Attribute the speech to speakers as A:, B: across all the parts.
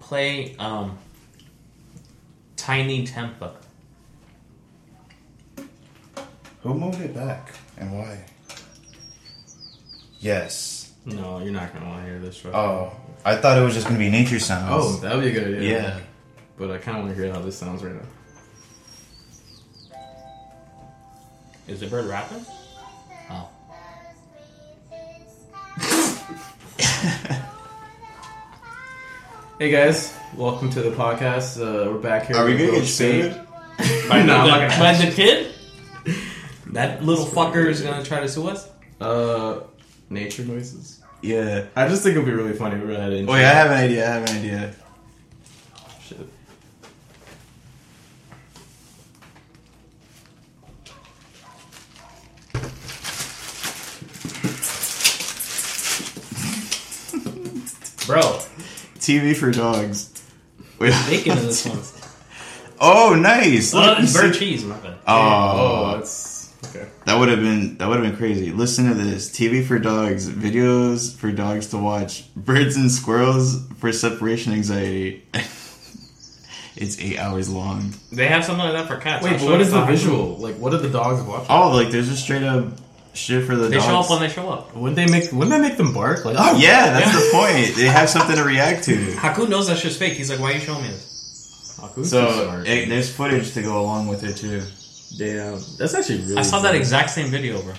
A: play um, Tiny Tempa.
B: Who moved it back and why? Yes.
C: No, you're not gonna want to hear this. Right?
B: Oh, I thought it was just gonna be nature
C: oh,
B: sounds.
C: that would be a good idea.
B: yeah.
C: but I kind of want to hear how this sounds right now.
A: Is the bird rapping? Oh.
C: Hey guys, welcome to the podcast. Uh, we're back here. with Roach State.
A: By,
C: No,
A: the,
C: I'm not gonna
A: by the kid? That little fucker is gonna try to sue us?
C: Uh, nature noises. Oh,
B: Yeah.
C: I just think it'd be really funny if we had
B: Wait, I have an idea. I have an idea.
C: Shit.
A: Bro,
B: TV for dogs. Wait.
A: bacon in this one.
B: oh, nice. Look,
A: Uh,
B: you see-
A: bird cheese, my bad.
B: Oh,
C: oh, that's okay.
B: that would have been that would have been crazy. Listen to this: TV for dogs, videos for dogs to watch, birds and squirrels for separation anxiety. it's eight hours long.
A: They have something like that for cats.
C: Wait,
A: I'll
C: but
A: show
C: what
A: you
C: is the
A: how-
C: visual? Like, what are the dogs watching?
B: Oh, like there's just straight up shit for the
A: They
B: dogs.
A: show up when they show up.
C: Wouldn't they make? Wouldn't that make them bark? Like, oh
B: yeah, that's the point. They have something to react to.
A: Haku knows that shit's fake. He's like, why are you showing me this?
C: Haku's Oh, so
B: So
C: smart.
B: it, there's footage to go along with it too.
C: Damn, that's actually really.
A: I saw that
C: funny.
A: exact same video, bro.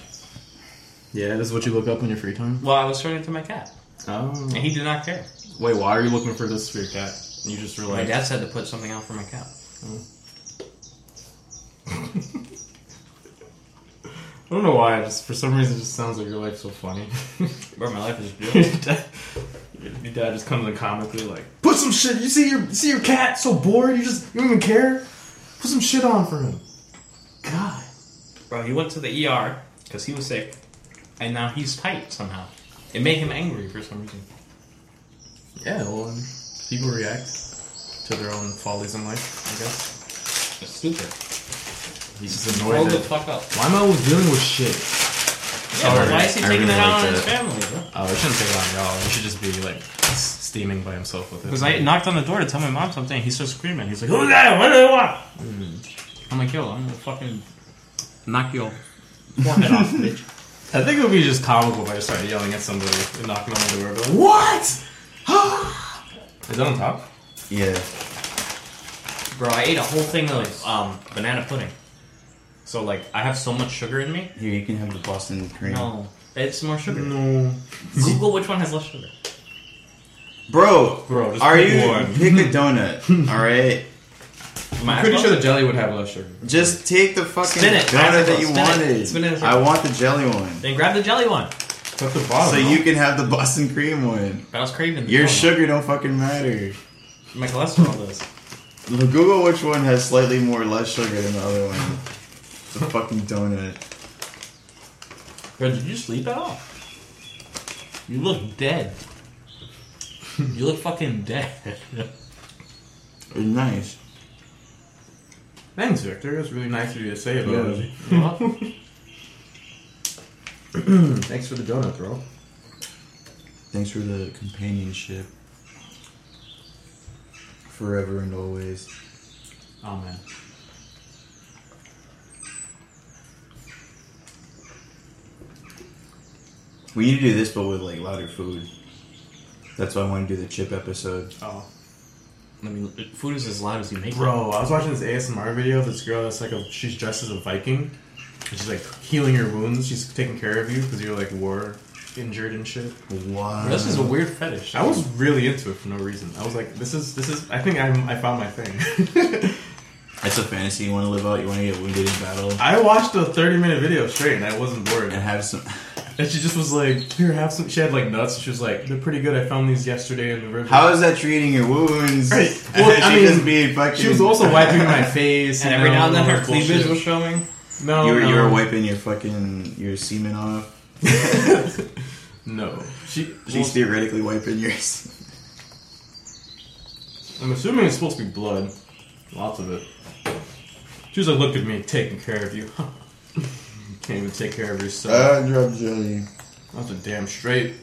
C: Yeah, that's what you look up in your free time.
A: Well, I was showing it to my cat,
C: Oh,
A: and he did not care.
C: wait, why are you looking for this for your cat? You just
A: My
C: realized.
A: dad said to put something out for my cat.
C: I don't know why. I Just for some reason, it just sounds like your life's so funny.
A: Bro, my life is beautiful.
C: your dad your dad just comes in comically like, put some shit. You see your you see your cat so bored. You just you don't even care. Put some shit on for him. God.
A: Bro, he went to the ER because he was sick, and now he's tight somehow. It made him angry for some reason.
C: Yeah. Well, um, people react to their own follies in life. I guess
A: It's stupid.
C: he's just
A: Hold
C: annoyed.
A: the
C: That,
A: fuck up.
C: why am I always dealing with shit?
A: Yeah, but
C: Sorry,
A: why is he
B: I
A: taking
B: really
A: it out
B: like
A: on his
B: that.
A: family, bro?
C: Oh, it shouldn't take it on y'all. It should just be like steaming by himself with it.
A: Because I knocked on the door to tell my mom something, he starts screaming. He's like, "Who's that? What do they want?" I'm like, "Yo, I'm gonna fucking knock your forehead off, bitch."
C: I think it would be just comical if I just started yelling at somebody and knocking on the door. I'd be like, what? Is that on top?
B: Yeah.
A: Bro, I ate a whole thing of um, banana pudding. So like, I have so much sugar in me.
B: Here you can have the Boston cream.
A: No, it's more sugar.
C: No.
A: Google which one has less sugar.
B: Bro,
C: Bro, just
B: are
C: pick
B: you
C: one.
B: pick a donut? all right,
A: My
C: I'm pretty
A: eyes
C: sure
A: closed?
C: the jelly would have less sugar.
B: just take the fucking
A: Spin it.
B: donut that you
A: Spin it.
B: wanted.
A: Spin it.
B: I want the jelly one,
A: Then grab the jelly one.
C: Cut the
A: Oh,
C: bottom.
B: so
C: no?
B: you can have the Boston cream one.
A: But I was craving the
B: Your
A: jelly.
B: sugar don't fucking matter.
A: My cholesterol does.
B: Google which one has slightly more or less sugar than the other one. The fucking donut.
A: Bro, did you sleep at all? You look dead. you look fucking dead.
B: It's nice.
C: Thanks, Victor. It was really nice of you to say it.
B: Yeah.
C: buddy.
A: What?
C: Thanks for the donut, bro.
B: Thanks for the companionship. Forever and always.
A: oh man.
B: We need to do this, but with like louder food. That's why I want to do the chip episode.
C: Oh.
A: I mean, food is as loud as you make it.
C: Bro, I was watching this ASMR video of this girl that's like a, she's dressed as a Viking. And she's like healing your wounds. She's taking care of you because you're like war injured and shit.
B: Wow.
A: This is a weird fetish.
C: I was really into it for no reason. I was like, this is this is. I think I'm, I found my thing.
B: It's a fantasy you want to live out. You want to get wounded in battle
C: I watched a 30 minute video straight and I wasn't bored.
B: and have some.
C: And she just was like, here, have some. She had like nuts. And she was like, they're pretty good. I found these yesterday in the river.
B: How is that treating your wounds?
C: Right.
B: And
C: Well,
B: then
C: I
B: she
C: mean,
B: just be fucking.
C: She was also wiping my face.
A: and every now and then
C: all
A: her
C: that
A: cleavage
C: bullshit.
A: was showing.
C: No,
B: You were,
C: no.
B: you were wiping your fucking your semen off.
C: No. She,
B: She's theoretically wiping yours.
C: I'm assuming it's supposed to be blood. Lots of it. She was like, look at me taking care of you. Can't even take care of yourself.
B: drop jelly.
C: That's a damn straight.
B: Is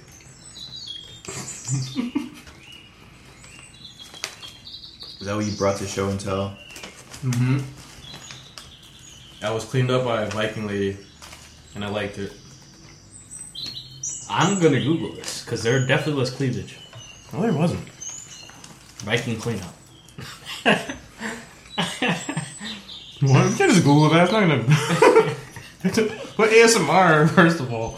B: that what you brought to show and tell?
A: Mm-hmm.
C: I was cleaned up by a Viking lady, and I liked it.
A: I'm gonna Google this because there definitely was cleavage.
C: No, there wasn't.
A: Viking cleanup.
C: What? You can't just Google that. It's not gonna. What ASMR? First of all,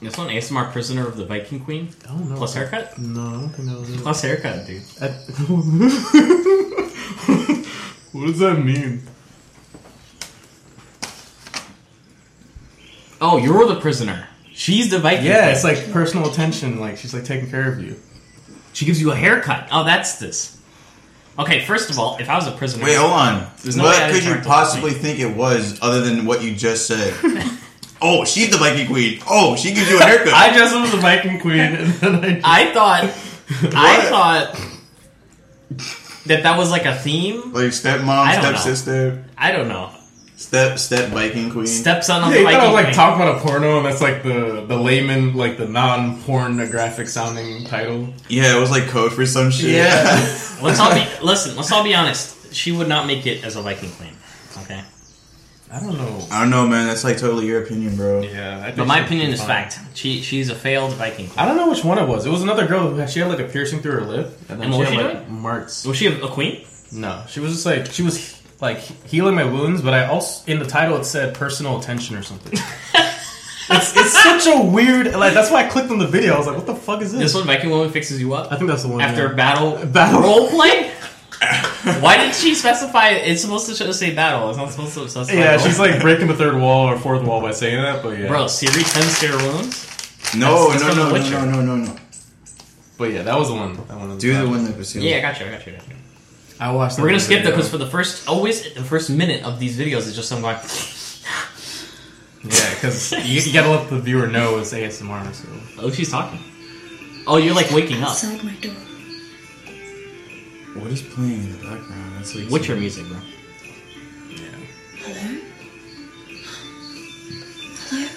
A: This one, ASMR prisoner of the Viking Queen.
C: I don't know.
A: Plus haircut?
C: No, I don't think that was it.
A: Plus haircut, dude.
C: I- what does that mean?
A: Oh, you're the prisoner. She's the Viking.
C: Yeah,
A: queen.
C: it's like personal attention. Like she's like taking care of you.
A: she gives you a haircut. Oh, that's this. Okay, first of all, if I was a prisoner,
B: Wait, hold on.
A: There's no way I
B: what could you
A: interrupt the
B: possibly think it was other than what you just said? oh, she's the Viking queen. Oh, she gives you a haircut.
C: I dress up as a Viking queen, and then I.
A: I thought, I
B: What?
A: thought that that was like a theme.
B: like
A: I
B: stepmom,
A: don't know.
B: stepsister,
A: I don't know.
B: step step Viking queen.
A: Stepson on
C: yeah,
A: the
C: you thought I
A: Viking.
C: was like
A: Queen.
C: talking about a porno, and that's like the the layman, like the non pornographic sounding title.
B: yeah, it was like code for some shit.
C: Yeah.
A: let's all be listen. Let's all be honest. She would not make it as a Viking queen. Okay,
C: I don't know.
B: I don't know, man. That's like totally your opinion, bro.
C: Yeah, I think
A: but my
C: she'd be
A: opinion is
C: fine.
A: fact. She she's a failed Viking queen.
C: I don't know which one it was. It was another girl who had, she had like a piercing through her lip, and then
A: And what
C: she
A: was
C: had
A: she
C: like marks.
A: Was she a, a queen?
C: No, she was just like she was like healing my wounds, but I also in the title it said personal attention or something. it's, it's such a weird like that's why I clicked on the video. I was like, what the fuck is this?
A: This one Viking woman fixes you up
C: I think that's the one
A: after
C: yeah.
A: battle
C: Battle.
A: role play. Why did she specify? It's supposed to just say battle. It's not supposed to specify.
C: Yeah,
A: role.
C: she's like breaking the third wall or fourth wall by saying that, but yeah,
A: bro. Siri tends to her wounds.
B: No,
A: That's- that's from The
B: no, no, no,
A: Witcher.
B: no, no, no, no.
C: but yeah, that was the one. That one was
B: Do
C: bad.
B: the one that pursued.
A: Yeah, I got you. I got you. I got you.
C: I watched.
A: We're gonna
C: that
A: skip that
C: video.
A: because for the first always the first minute of these videos is just some guy.
C: yeah, because you, you gotta let the viewer know it's ASMR. So
A: Oh, she's talking. Oh, you're like waking up.
D: outside my door.
B: What is playing in the background? That's like
A: Witcher music, bro.
D: Hello? Hello?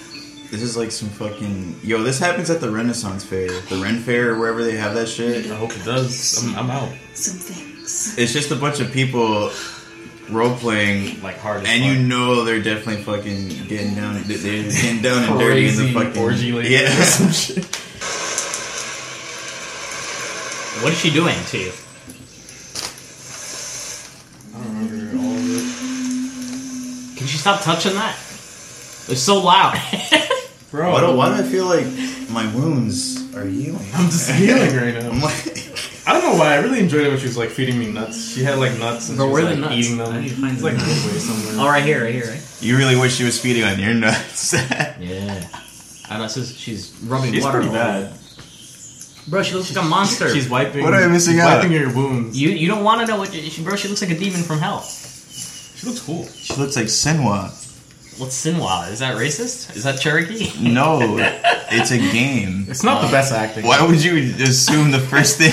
B: This is like some fucking yo. This happens at the Renaissance Fair, the Ren Fair, or wherever they have that shit.
C: I hope it does. I'm, I'm out.
D: Some things.
B: It's just a bunch of people role playing,
C: Like hard. As
B: and
C: fuck.
B: you know they're definitely fucking getting down. They're getting down and dirty in the
C: crazy
B: fucking
C: orgy lady
B: Yeah,
C: or some shit.
A: What is she doing to you?
C: I don't remember all of it.
A: Can she stop touching that? It's so loud.
C: Bro,
B: Why do, why do I feel like my wounds are healing?
C: I'm just healing right
B: I'm
C: now.
B: like,
C: I don't know why. I really enjoyed it when she was like feeding me nuts. She had like nuts and
A: Bro,
C: she
A: where
C: was
A: are
C: like
A: the nuts?
C: eating
A: I
C: them.
A: need to find
C: It's
A: them.
C: like halfway somewhere.
A: All right here, right here, right.
B: you really wish she was feeding on your nuts.
A: Yeah. I know. She's, she's rubbing
B: She's
A: water.
B: pretty
A: all over.
B: bad.
A: Bro, she looks like a monster.
C: She's wiping.
B: What am I missing
C: she's
B: out?
C: Wiping your wounds.
A: you you don't want to know what she, bro. She looks like a demon from hell.
C: She looks cool.
B: She looks like Senwa.
A: What's Sinwa? Is that racist? Is that Cherokee?
B: No, it's a game.
C: It's not the best acting.
B: Why would you assume the first thing?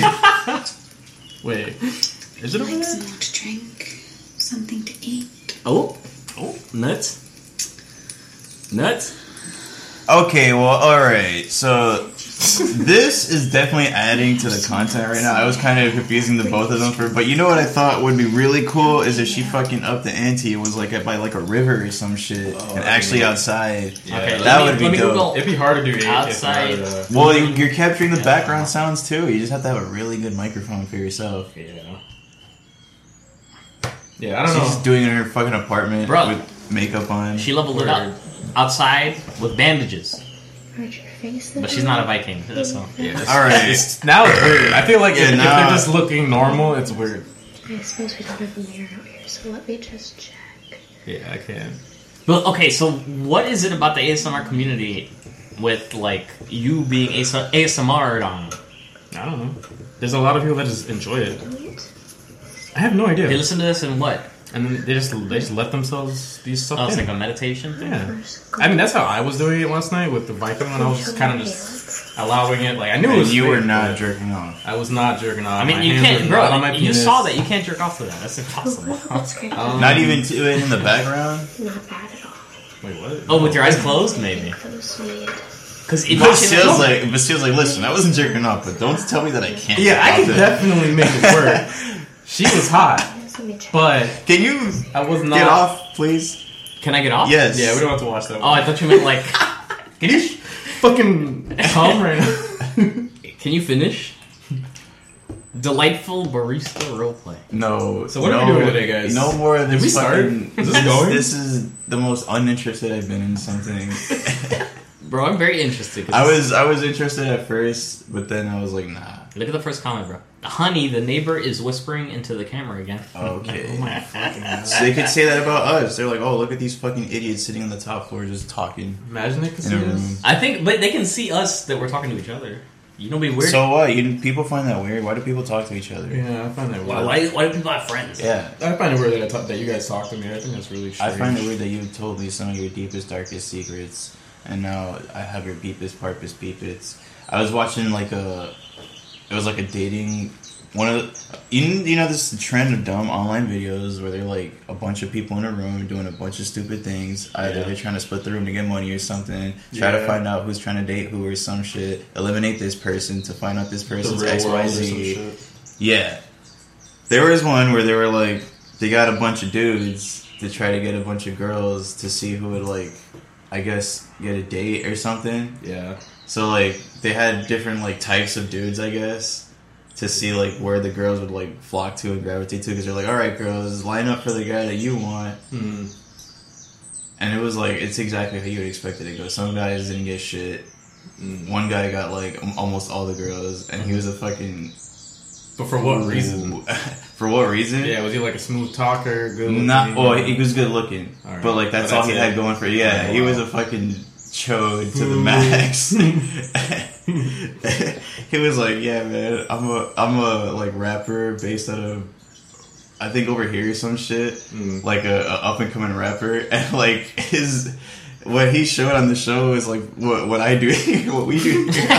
C: Wait, is it over
D: Like
C: there?
D: someone to drink, something to eat.
A: Oh, oh, nuts, nuts.
B: Okay, well, all right. So this is definitely adding to the content right now. I was kind of confusing the both of them for, but you know what I thought would be really cool is if she fucking up the ante and was like at- by like a river or some shit, and actually outside.
A: Okay,
B: that
A: let me,
B: would be
A: let me
B: dope.
A: Google.
C: It'd be hard to do eight
A: Outside.
C: If not, uh,
B: Well, you- you're capturing the background sounds too. You just have to have a really good microphone for yourself.
C: yeah. Yeah, I
B: She's
C: don't
B: just
C: know.
B: doing it in her fucking apartment
A: Bruh.
B: with makeup on.
A: She leveled it up outside with bandages,
D: Hurt your face.
A: but she's not a Viking. So
B: all right.
C: It's, now it's weird. I feel like
B: Yeah,
C: if, if
B: now-
C: they're just looking normal, it's weird.
D: I suppose we don't have a mirror out here, so let me just check.
C: Yeah, I can.
A: But okay, so what is it about the ASMR community with like you being AS- ASMR'd on?
C: I don't know. There's a lot of people that just enjoy it.
D: Wait.
C: I have no idea.
A: They listen to this and what?
C: and then they just they just let themselves be sucked
A: Oh, it's
C: in.
A: like a meditation. thing?
C: yeah.
D: First
C: I mean, that's how I was doing it last night with the Viking, and I was just kind of just allowing it. Like I knew it
B: And
C: was.
B: you were
C: fake,
B: not
C: but
B: jerking off.
C: I was not jerking off.
A: I mean,
C: My
A: you
C: hands
A: can't,
C: were
A: bro.
C: not on my
A: you
C: penis.
A: saw that. You can't jerk off to that. That's impossible.
D: That's great.
C: Um,
B: Not even to it in the background.
D: not bad at all.
C: Wait, what?
A: oh, with your eyes closed, maybe.
D: That was weird.
B: Because Vasil's like Vasil's like, listen, I wasn't jerking off, but don't tell me that I can't.
C: Yeah,
B: stop
C: I can
B: it."
C: definitely make it work. she was hot,
D: Just let me check.
C: but
B: Can you
C: I was not.
B: get off, please?
E: Can I get off?
B: Yes.
C: Yeah, we don't have to watch that.
E: Oh, I thought you meant like.
C: Can you sh- fucking come right now?
E: Can you finish? Delightful barista roleplay.
B: No.
C: So what
B: no,
C: are we doing today, guys?
B: No more of this.
C: we start?
B: fucking-
C: Is this going?
B: This is the most uninterested I've been in something.
E: Bro, I'm very interested. 'cause
B: I was I was interested at first, but then I was like, nah.
E: Look at the first comment, bro. Honey, the neighbor is whispering into the camera again.
B: Okay.
E: Oh my fucking god.
B: So they could say that about us. They're like, oh, look at these fucking idiots sitting on the top floor just talking.
C: Imagine it could
B: In
C: see
B: a room.
C: us.
E: I think, but they can see us that we're talking to each other. You know, be weird.
B: So what? You, people find that weird. Why do people talk to each other?
C: Yeah, I find that
E: why,
C: weird.
E: why, why do people have friends?
B: Yeah.
C: I find it weird that, I talk, that you guys talk to me. I think that's really
B: I
C: strange.
B: find it weird that you told me some of your deepest, darkest secrets, and now I have your beepest, parpest, beepits. I was watching like a, it was like a dating, one of the, you, you know this trend of dumb online videos where they're like a bunch of people in a room doing a bunch of stupid things. Either
C: Yeah.
B: they're trying to split the room to get money or something, try to
C: Yeah.
B: find out who's trying to date who or some shit, eliminate this person to find out this
C: the
B: person's
C: real
B: X,
C: world
B: Y,
C: or some
B: Z.
C: shit.
B: Yeah. There was one where they were like, they got a bunch of dudes to try to get a bunch of girls to see who would, like, I guess, get a date or something.
C: Yeah.
B: So, like, they had different, like, types of dudes, I guess, to see, like, where the girls would, like, flock to and gravitate to. Because they're like, all right, girls, line up for the guy that you want.
C: Hmm.
B: And it was like, it's exactly how you would expect it to go. Some guys didn't get shit.
C: Mm.
B: One guy got, like, al- almost all the girls. And he was a fucking.
C: But for what reason?
B: for what reason?
C: Yeah, was he like a smooth talker? Good.
B: Not
C: looking?
B: well. He was good looking,
C: Alright.
B: but like that's
C: But
B: all
C: that's
B: he
C: it.
B: had going for. Yeah,
C: Alright,
B: he was
C: wow.
B: a fucking chode to the
C: Ooh.
B: max. he was like, yeah, man, I'm a I'm a like rapper based out of. I think over here or some shit,
C: Mm.
B: like a, a up and coming rapper, and like his what he showed on the show is like what what I do, here, what we do. Here.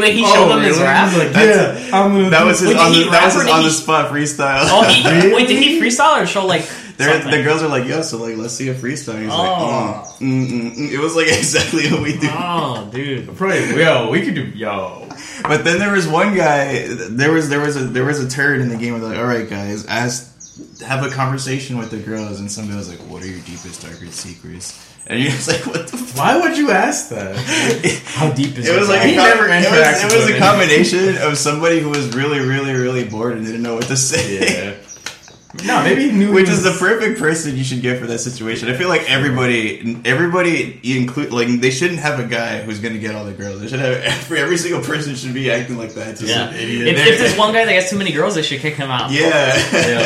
E: Wait, he
C: Oh,
E: showed them his
C: really?
E: rap?
C: He's like,
B: That's-
C: yeah, I'm gonna.
B: That was his
E: Wait, did
B: on the,
E: he
B: that
E: rap
B: was
E: or
B: his
E: did
B: on the
E: he-
B: spot freestyle.
E: Oh, he, wait, did he freestyle or show like
B: They're,
E: something?
B: the girls are like, yo, so like, let's see a freestyle. He's like,
E: Oh.
B: oh, mm, mm, mm. it was like exactly what we do.
E: Oh, dude.
C: Probably, yo, we could do yo.
B: But then there was one guy. There was there was a there was a turd in the game. Where they're like, all right, guys, ask, have a conversation with the girls, and somebody was like, what are your deepest, darkest secrets? And you're just like, what the. F-?
C: Why would you ask that?
E: How deep is
B: It was like a
C: He
B: com-
C: never
B: it was, it
C: interacts
B: was
C: with
B: a
C: women.
B: combination of somebody who was really, really, really bored and didn't know what to say.
C: No, maybe he knew.
B: Which
C: he
B: is
C: was-
B: the perfect person you should get for that situation. I feel like everybody, everybody you include, like they shouldn't have a guy who's going to get all the girls. They should have every, every single person should be acting like that. Just
E: Yeah.
B: an idiot.
E: If, if there's one guy that gets too many girls, they should kick him out.
B: yeah.
C: Yeah,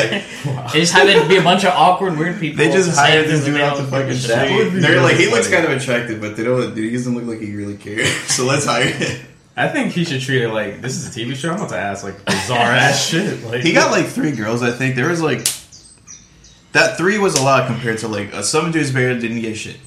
C: like,
E: They just have it be a bunch of awkward, weird people.
B: They just
E: say
B: hired this
E: everything
B: dude
E: they
B: off the
E: don't give
B: fucking
E: a shit.
C: That
B: street.
C: would be
B: They're
C: really
B: like, he looks
C: funny.
B: kind of attractive, but they don't. He doesn't look like he really cares. So let's hire him.
C: I think he should treat it like this is a TV show. I'm about to ask like bizarre ass shit. Like
B: He got like three girls, I think. There was like that three was a lot compared to like uh, some dudes barely didn't get shit.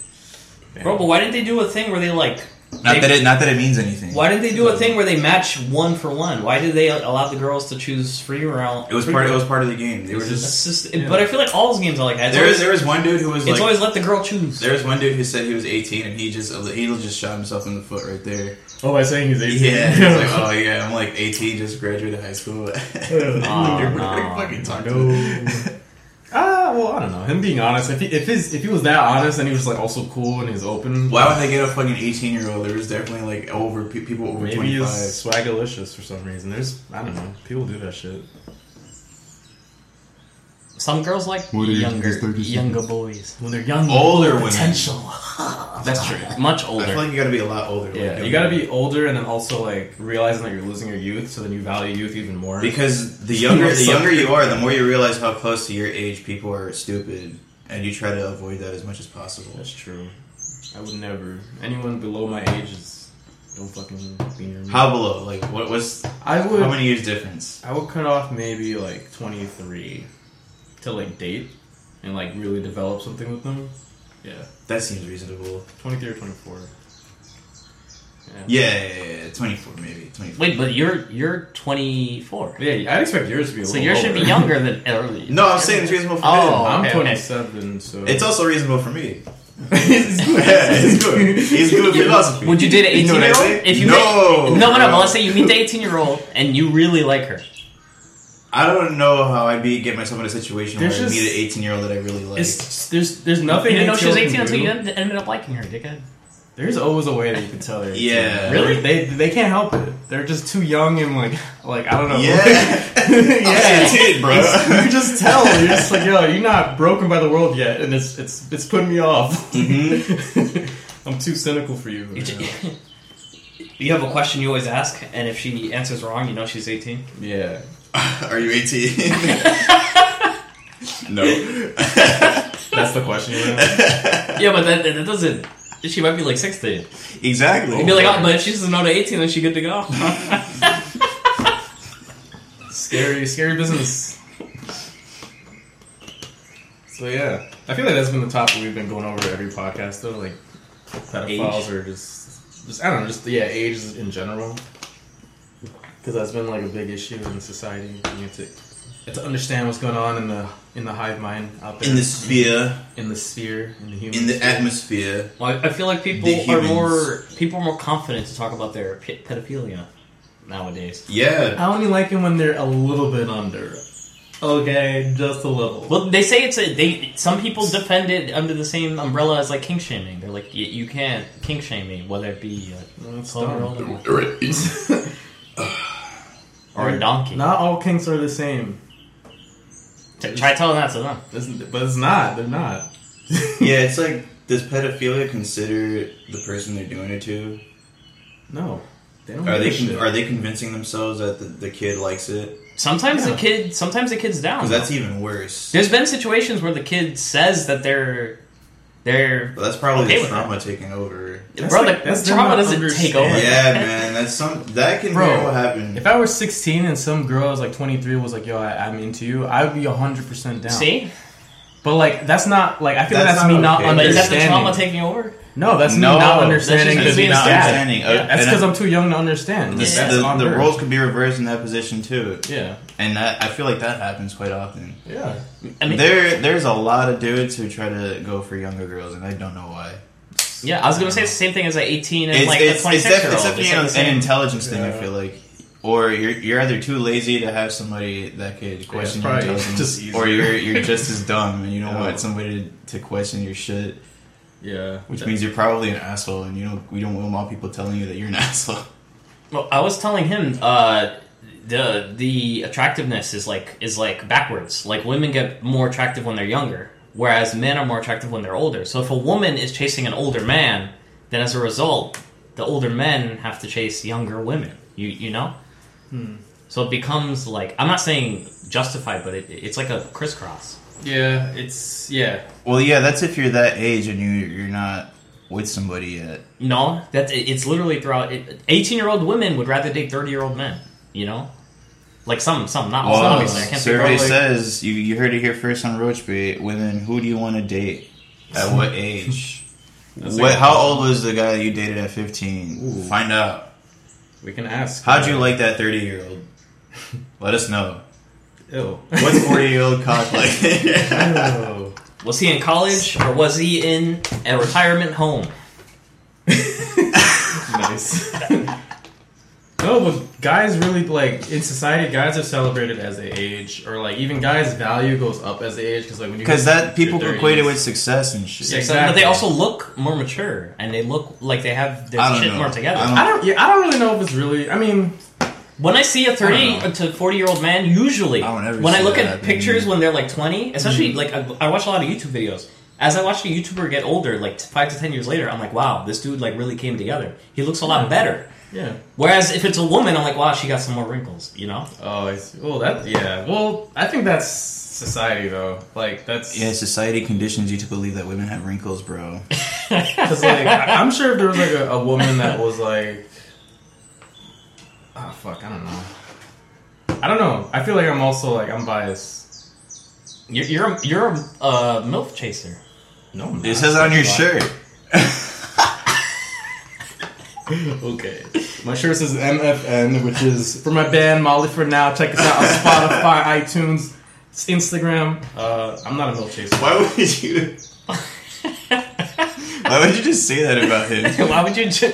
E: Bro, but why didn't they do a thing where they like?
B: Not
E: they-
B: that it, not that it means anything.
E: Why didn't they do a thing where they match one for one? Why did they allow the girls to choose free round?
B: It was part. It was part of the game. They were
E: It's
B: just.
E: just- But I feel like all those games are like that. It's,
B: There
E: always,
B: was there was one dude who was
E: it's
B: like
E: always let the girl choose.
B: there was one dude who said he was 18 and he just he just shot himself in the foot right there.
C: oh, by saying he's 18.
B: Yeah, he was like, oh yeah, I'm like 18, just graduated high school. You're really
E: no.
B: fucking talking.
C: No. Ah, well, I don't know. Him being honest, if he if his if he was that honest and he was like also cool and he was open,
B: Why would they get a fucking 18 year old? There was definitely like over pe- people over
C: maybe
B: 25.
C: he's swagalicious for some reason. There's I don't know. People do that shit.
E: Some girls like
B: What are your biggest
E: younger,
B: thirty
E: younger boys when they're young.
B: Older women.
E: potential. That's true. Much
B: I feel
E: older.
B: like you gotta be a lot older. like,
C: Yeah,
B: younger.
C: you gotta be older and then also like realizing that you're losing your youth, so then you value youth even more.
B: because the younger the
C: Suck.
B: younger you are, the more you realize how close to your age people are stupid, and you try to avoid that as much as possible.
C: That's true. I would never. Anyone below my age is don't fucking be near me.
B: How below? Like what was
C: I would.
B: how many years difference?
C: I would cut off maybe like 23 to like date and like really develop something with them. Yeah,
B: That seems reasonable.
C: 23 or 24.
B: Yeah, yeah, yeah, yeah, 24 maybe. 24.
E: Wait, but you're you're 24.
C: Yeah, I'd expect yours to be a
E: So
C: little
E: yours should be
C: older.
E: younger than early.
B: No, I'm saying it's reasonable for
E: Oh.
B: them.
C: I'm
E: Okay, okay.
C: 27, so
B: It's also reasonable for me. it's good. It's good. It's good philosophy.
A: Would you date an
B: You know
A: eighteen
B: what I
A: year old?
B: say?
A: If you
B: No,
A: date, no, no, no.
B: bro.
A: But let's say you meet the eighteen year old and you really like her.
B: I don't know how I'd be get myself in a situation
C: There's
B: where I
C: just-
B: meet an 18 year old that I really like.
C: It's there's there's
A: You
C: nothing.
A: didn't know she was
C: can
A: eighteen until
C: do.
A: you end- ended up liking her, dickhead.
C: There's always a way that you can tell they're
B: Yeah.
C: really they they can't help it. They're just too young and like like I don't know.
B: yeah,
C: yeah.
B: Dude, bro.
C: You can just tell you're just like yo, you're not broken by the world yet, and it's it's it's putting me off.
B: Mm-hmm.
C: I'm too cynical for you.
A: You j- You have a question you always ask, and if she answers wrong, you know she's eighteen.
C: Yeah,
B: Are you 18? no.
C: that's the question. You know?
A: Yeah, but that, that doesn't. She might be like sixteen.
B: Exactly.
A: You'd be like, oh, but if she says no to eighteen, then she good to go.
C: scary, scary business. So yeah, I feel like that's been the topic we've been going over every podcast though, like pedophiles
A: Age?
C: or just just I don't know, just yeah, age in general. Because that's been like a big issue in society. You have to, you have to understand what's going on in the in the hive mind out there,
B: in the sphere,
C: in the sphere, in the human,
B: in the
C: sphere.
B: atmosphere.
A: Well, I I feel like people
B: The
A: are
B: humans.
A: more people are more confident to talk about their pe- pedophilia nowadays.
B: Yeah.
C: I only like them when they're a little bit under. Okay, just a little.
A: Well, they say it's a they. Some people defend it under the same umbrella as like kink shaming. They're like, you, you can't kink shame me, whether it be
C: No,
A: a
C: it's
A: twelve year
C: dumb.
A: old or a donkey.
C: Not all kinks are the same.
A: T- Try telling that to them.
C: It's- but it's not. They're not.
B: Yeah, it's like, does pedophilia consider the person they're doing it to?
C: No, they don't.
B: Are
C: give a
B: they
C: shit.
B: are they convincing themselves that the, the kid likes it?
A: Sometimes
C: Yeah.
A: the kid, sometimes the kid's down.
B: Because that's even worse.
A: There's been situations where the kid says that they're they're
B: But that's probably
A: Okay
B: the
A: with that.
B: trauma taking over.
C: That's
A: bro.
C: like-
A: the
C: that's them
A: trauma
C: not
A: doesn't take over.
C: understanding.
B: Yeah, man, that's some that can
C: Bro,
B: be what happened.
C: If I was 16 and some girl I was like 23 was like, "Yo, I, I'm into you," I would be 100 percent down.
A: See,
C: but like that's not like I feel
B: That's
C: that's, me
B: not
C: not
B: okay.
A: but is
C: understanding.
A: that the trauma taking over?
C: no, that's
B: No,
C: me not
B: that's
C: understanding.
A: just
C: the-
A: being
C: not-
A: sad.
B: Understanding,
C: Yeah.
B: uh,
C: That's
B: and
C: because I'm too young to understand.
B: The,
C: That's
A: Yeah.
B: the-
C: on
B: the
C: her.
B: roles could be reversed in that position too,
C: Yeah,
B: and that I feel like that happens quite often.
C: yeah.
A: I mean,
B: There, there's a lot of dudes who try to go for younger girls, and I don't know why.
A: yeah, I was gonna say it's the same thing as like 18 and
B: It's,
A: like
B: it's,
A: the 26
B: it's, def-
A: year
B: it's
A: old.
B: definitely an,
A: like the
B: an
A: same.
B: intelligence thing. I
C: Yeah.
B: feel like, or you're you're either too lazy to have somebody that could question your
C: probably
B: intelligence,
C: just easier.
B: or you're you're just as dumb and you don't
C: Yeah.
B: want somebody to, to question your shit,
C: Yeah,
B: which means you're probably an asshole, and you don't we don't want people telling you that you're an asshole.
A: Well, I was telling him uh, the the attractiveness is like is like backwards. Like women get more attractive when they're younger, whereas men are more attractive when they're older. So if a woman is chasing an older man, then as a result, the older men have to chase younger women. You you know. So it becomes like I'm not saying justified, but it, it's like a crisscross.
C: yeah. It's yeah.
B: Well, yeah, that's if you're that age and you you're not with somebody yet.
A: No, that's it- it's literally throughout. Eighteen year old women would rather date thirty year old men. You know, like some some not all.
B: Well,
A: obviously. I can't say
B: survey
C: about, like-
B: says you, you heard it here first on Roach Bait. Women, who do you want to date? At what age?
C: That's
B: what?
C: like-
B: How old was the guy that you dated at fifteen?
C: Ooh.
B: Find out.
C: We can ask.
B: How'd you like that thirty year old? Let us know.
C: Ew.
B: What's forty year old cock like?
C: Ew.
A: Was he in college or was he in a retirement home?
C: nice. no, but guys really like in society, guys are celebrated as they age, or like even guys' value goes up as they age because like when you
B: Because that people
C: your
B: equate it
C: 30s.
B: with success and shit.
C: Yeah,
A: But
C: Exactly.
A: they also look more mature and they look like they have
B: I
A: their
B: don't
A: shit
B: know.
A: more together.
B: I don't-
C: I don't. Yeah, I don't really know if it's really. I mean,
A: when I see a
B: I
A: 30 to 40 year old man, usually,
B: I don't ever
A: when I
B: see
A: look
B: that Mm.
A: at
B: happening.
A: pictures when they're like 20, especially like I, I watch a lot of YouTube videos. As I watch a YouTuber get older, like t- five to 10 years later, I'm like, wow, this dude like really came together. He looks a lot better.
C: yeah.
A: Whereas if it's a woman, I'm like, wow, she got some more wrinkles, you know?
C: Oh, I see. well, that yeah. Well, I think that's society though. Like that's
B: Yeah, society conditions you to believe that women have wrinkles, bro.
C: 'Cause, like, I- I'm sure if there was like a, a woman that was like, ah, fuck, I don't know. I don't know. I feel like I'm also like I'm biased.
A: You're, you're, a- you're a uh, MILF chaser.
C: No, I'm
B: It
C: not.
B: says it on your shirt.
C: Okay. My shirt says MFN, which is for my band Molly for Now. Check us out on Spotify, iTunes, Instagram. Uh, I'm not a milk chaser.
B: Why would you? Why would you just say that about him?
A: Why would you just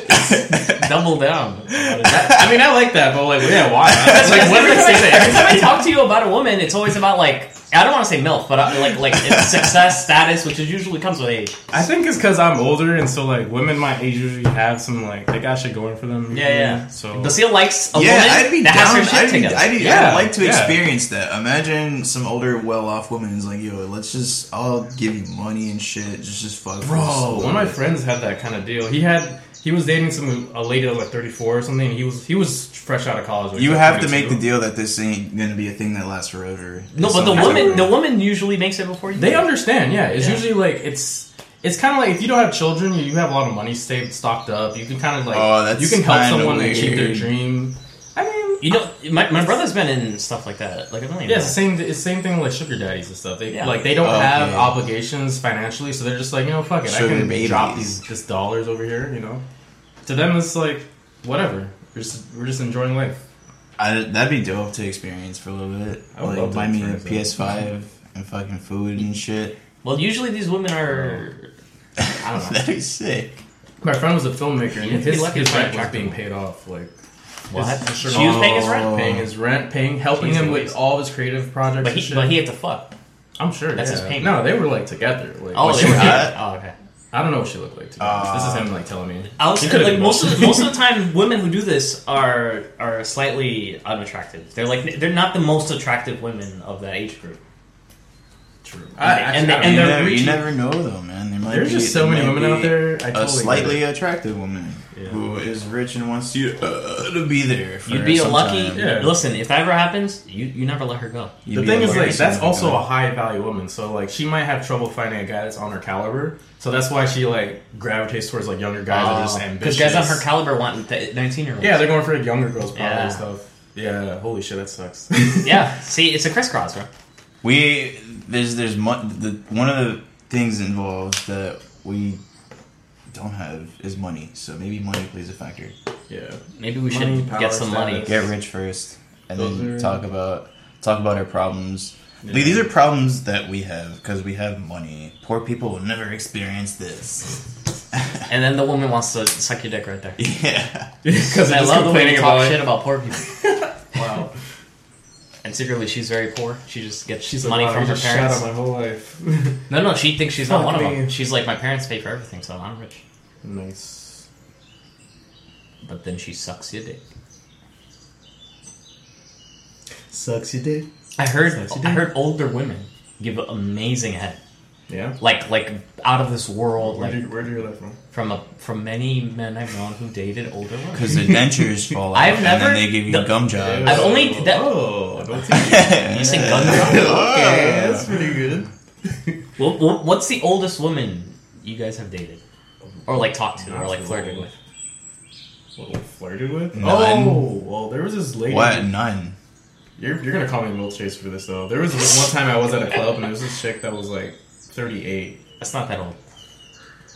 A: double down?
C: I mean, I like that, but like, yeah, why?
A: That's like,
C: what
A: every,
C: did I
A: time I,
C: say
A: every time I talk to you about a woman, it's always about like I don't want to say milf, but I, like like it's success, status, which is usually comes with age.
C: I think it's because I'm older, and so like women my age usually have some like they got shit going for them.
A: Yeah, yeah.
C: So
A: Basile likes a
B: yeah,
A: woman
B: I'd be
A: that
B: down.
A: has her shit
B: I'd, be,
A: together.
B: I'd, be-
C: Yeah,
B: I'd like to
C: yeah.
B: experience that. Imagine some older, well-off woman is like, "Yo, let's just, I'll give you money and shit. Just, just fuck." for just a
C: Bro,
B: little
C: one of my
B: bit."
C: friends had that kind of deal. He had he was dating some a lady that was like 34 or something. And he was he was fresh out of college. like,
B: You
C: like,
B: have to
C: 22.
B: make the deal that this ain't gonna be a thing that lasts forever.
A: no, but the woman, the woman usually makes it before you.
C: They
A: do.
C: understand, yeah. It's
A: Yeah.
C: usually like it's it's kind of like if you don't have children, you have a lot of money saved, stocked up. You can kind of like
B: Oh, that's
C: you can help
B: kinda
C: someone achieve their
B: weird.
C: dream. I mean,
A: You know, my, my brother's been in stuff like that, like a million.
C: Yeah, it's the
A: times.
C: same. It's the same thing with like sugar daddies and stuff. They
A: Yeah.
C: like they don't
B: Oh,
C: have
B: yeah.
C: obligations financially, so they're just like, you know, fuck it. I
B: Sugar
C: can
B: babies.
C: drop these just dollars over here. You know, to them it's like whatever. We're just, we're just enjoying life.
B: I, that'd be dope to experience for a little bit.
C: I would
B: like,
C: love to
B: buy me a
C: experience that.
B: PS5 and fucking food and shit.
A: Well, usually these women are. I don't know.
B: That'd be sick.
C: My friend was a filmmaker, and
A: You have to be
C: his,
A: lucky
C: his
A: to find
C: rent was
A: attractive
C: being
A: one.
C: paid off. Like
A: What?
C: his-
A: She was paying his rent,
B: Oh.
C: paying his rent, paying helping him with
A: Jesus.
C: all of his creative projects.
A: but
C: and
A: he
C: shit.
A: but he had to fuck.
C: I'm sure
A: that's
C: yeah.
A: his payment.
C: No, they were like together. Like,
A: Oh,
C: like,
A: they were
B: hot?
A: Oh, okay.
C: I don't know what she looked like. To be honest. this is him like telling me.
A: I was
C: He could've
A: like
C: been
A: most of the, most of the time, women who do this are are slightly unattractive. They're like they're not the most attractive women of that age group.
C: True.
A: And they- and
B: You
A: they're
B: never, you
A: reaching-
B: never know though, man. There might
C: There's
B: be,
C: just so
B: there
C: many
B: might
C: women out
B: be
C: there. I
B: A
C: totally
B: slightly attractive woman
C: Yeah.
B: who is rich and wants you uh, to be there. For
A: You'd be a
B: some
A: lucky.
B: time.
C: Yeah.
A: Listen, if that ever happens, you you never let her go.
B: You'd
C: the
B: be
C: thing
B: a
C: is
B: lucky
C: like that's
B: son of
C: also a
B: God.
C: high value woman so like she might have trouble finding a guy that's on her caliber so that's why she like gravitates towards like younger guys that are just ambitious
A: Because Uh, Oh, guys on her caliber want nineteen year olds.
C: yeah they're going for like younger girls probably
A: Yeah.
C: and stuff yeah holy shit that sucks
A: yeah. See, it's a crisscross, bro.
B: We there's there's mu- the, one of the things involved that we don't have is money. So maybe money plays a factor.
C: yeah
A: Maybe we
C: Money,
A: should
C: power,
A: get some money.
C: status.
B: Get rich first, and then
C: Those are-
B: talk about talk about our problems.
C: Yeah.
B: Like, these are problems that we have because we have money. Poor people will never experience this.
A: And then the woman wants to suck your dick right there.
B: yeah.
C: because
A: I love the way
C: complaining
A: you talk
C: about
A: shit
C: it.
A: about poor people.
C: wow
A: And secretly, she's very poor. She just gets
C: she's
A: money
C: like, wow,
A: from
C: you
A: her
C: just shot
A: parents.
C: at my whole life
A: No, no, she thinks she's not
C: Fuck
A: one of
C: me.
A: them. She's like, my parents pay for everything, so I'm rich.
C: nice
A: But then she sucks your dick.
C: sucks you did
A: I heard.
C: Sucks your
A: I
C: dick.
A: heard older women give amazing head,
C: yeah
A: like like out of this world,
C: where
A: like
C: do, where do you live from
A: from a from many men I've known who dated older women.
B: Because their dentures fall out,
A: I've
B: and
A: never-
B: then they give you
A: the-
B: gum jobs.
A: I've only- that-
C: oh don't see okay
A: You say gun job?
B: okay.
C: that's pretty good
A: Wha- wha- What's the oldest woman you guys have dated, or like talked to, or like flirted with?
C: What, like, flirted with?
B: None.
C: Oh, well, there was this lady.
B: What? None.
C: You're, you're gonna call me a milk chaser for this though. There was this one time I was at a club and there was this chick that was like 38.
A: That's not that old.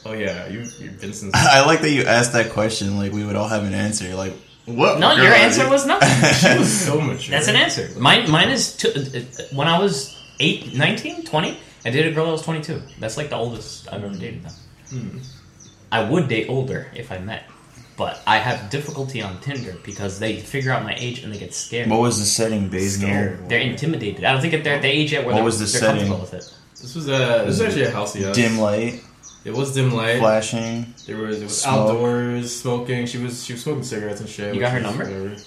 C: Oh yeah, you, you're Vincent's.
B: I like that you asked that question. Like we would all have an answer. Like what?
A: No, your
B: girl?
A: answer was nothing.
C: She was so mature.
A: That's an answer. Mine, mine is two, uh, uh, when I was 8, 19, 20, I dated a girl that was 22. That's like the oldest I've ever dated now. I would date older if I met, but I have difficulty on Tinder because they figure out my age and they get scared.
B: What was the setting, Basil?
A: scared. They're intimidated. I don't think they're at the age yet where
B: What
A: they're,
B: was the
A: they're
B: setting?
A: comfortable with it.
C: This was a. This was actually a house yes.
B: Dim light,
C: It was dim light.
B: flashing.
C: There was it was
B: Smoke.
C: outdoors smoking. She was she was smoking cigarettes and shit.
A: You got
C: which
A: her
C: was
A: number?
C: whatever.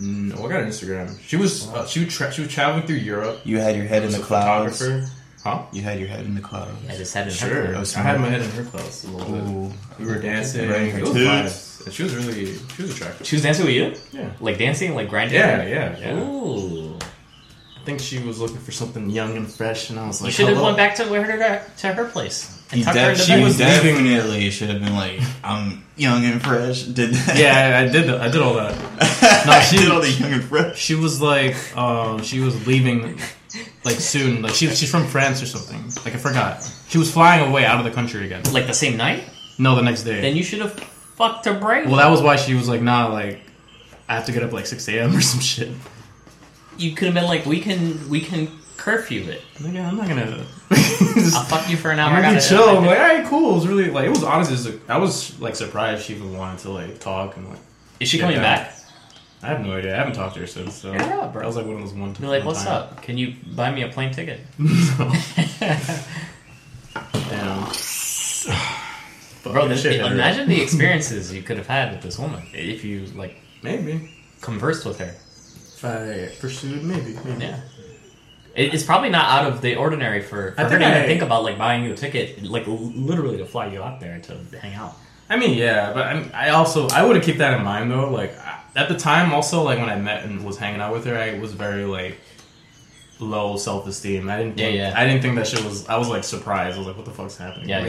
C: Mm, No, I got her Instagram. She was uh, she was tra- she was traveling through Europe.
B: You had your head in
C: She was
B: the
C: a
B: clouds.
C: photographer. Huh?
B: You had your head in the clouds.
A: I just had it.
C: Sure.
B: Oh,
C: I
B: smart.
C: had my head in her clothes a little bit.
B: Ooh.
C: We were dancing.
B: Right,
C: It was
B: dude.
C: vibes. And she was really, she was attractive.
A: She was dancing with you?
C: Yeah.
A: Like dancing, like grinding?
C: Yeah, yeah, yeah.
A: Ooh.
C: I think she was looking for something young and fresh, and I was
A: You
C: like,
A: should have
C: hello.
A: went back to where her, to her place and
B: You
A: tucked her
B: def-
A: in the
B: she
A: bed.
B: was
C: was leaving-
B: definitely should have been like, I'm young and fresh. Did that?
C: Yeah, I, I did. I did all that.
B: I
C: she-
B: did all the young and fresh.
C: She was like, um, she was leaving, like soon. Like she, she's from France or something. Like I forgot. She was flying away out of the country again.
A: Like the same night?
C: No, the next day.
A: Then you should have fucked her brain.
C: well, that was why she was like, nah, like I have to get up like six a.m. or some shit.
A: you could have been like, we can we can curfew it.
E: Nigga, I'm not gonna.
A: I'll fuck you for an hour.
C: I'm
A: I
C: really
A: gotta-
C: chill. I'm like, all right, cool. It was really like it was honestly. It was, like, I was like surprised she even wanted to like talk and like.
A: Is she
C: Yeah,
A: coming
C: yeah.
A: back?
C: I have no idea. I haven't talked to her since. So
A: Hit her up, bro.
C: I was like one of those one.
A: Be like, what's
C: one time.
A: up? Can you buy me a plane ticket?
C: Damn.
A: Bro, this,
C: shit hit her.
A: imagine the experiences you could have had with this woman if you like
C: Maybe
A: conversed with her.
C: if I pursued, maybe. maybe.
A: Yeah. It, it's probably not out of the ordinary for, for
C: I
A: her
C: think
A: to even
C: I-
A: think about like buying you a ticket, like l- literally to fly you out there to hang out.
C: I mean, yeah, but I'm, I also I would have kept that in mind though. Like I- at the time, also like when I met and was hanging out with her, I was very like low self esteem. I didn't.
A: Yeah,
C: think-
A: yeah.
C: I didn't think that shit was. I was like surprised. I was like, what the fuck's happening?
A: Yeah,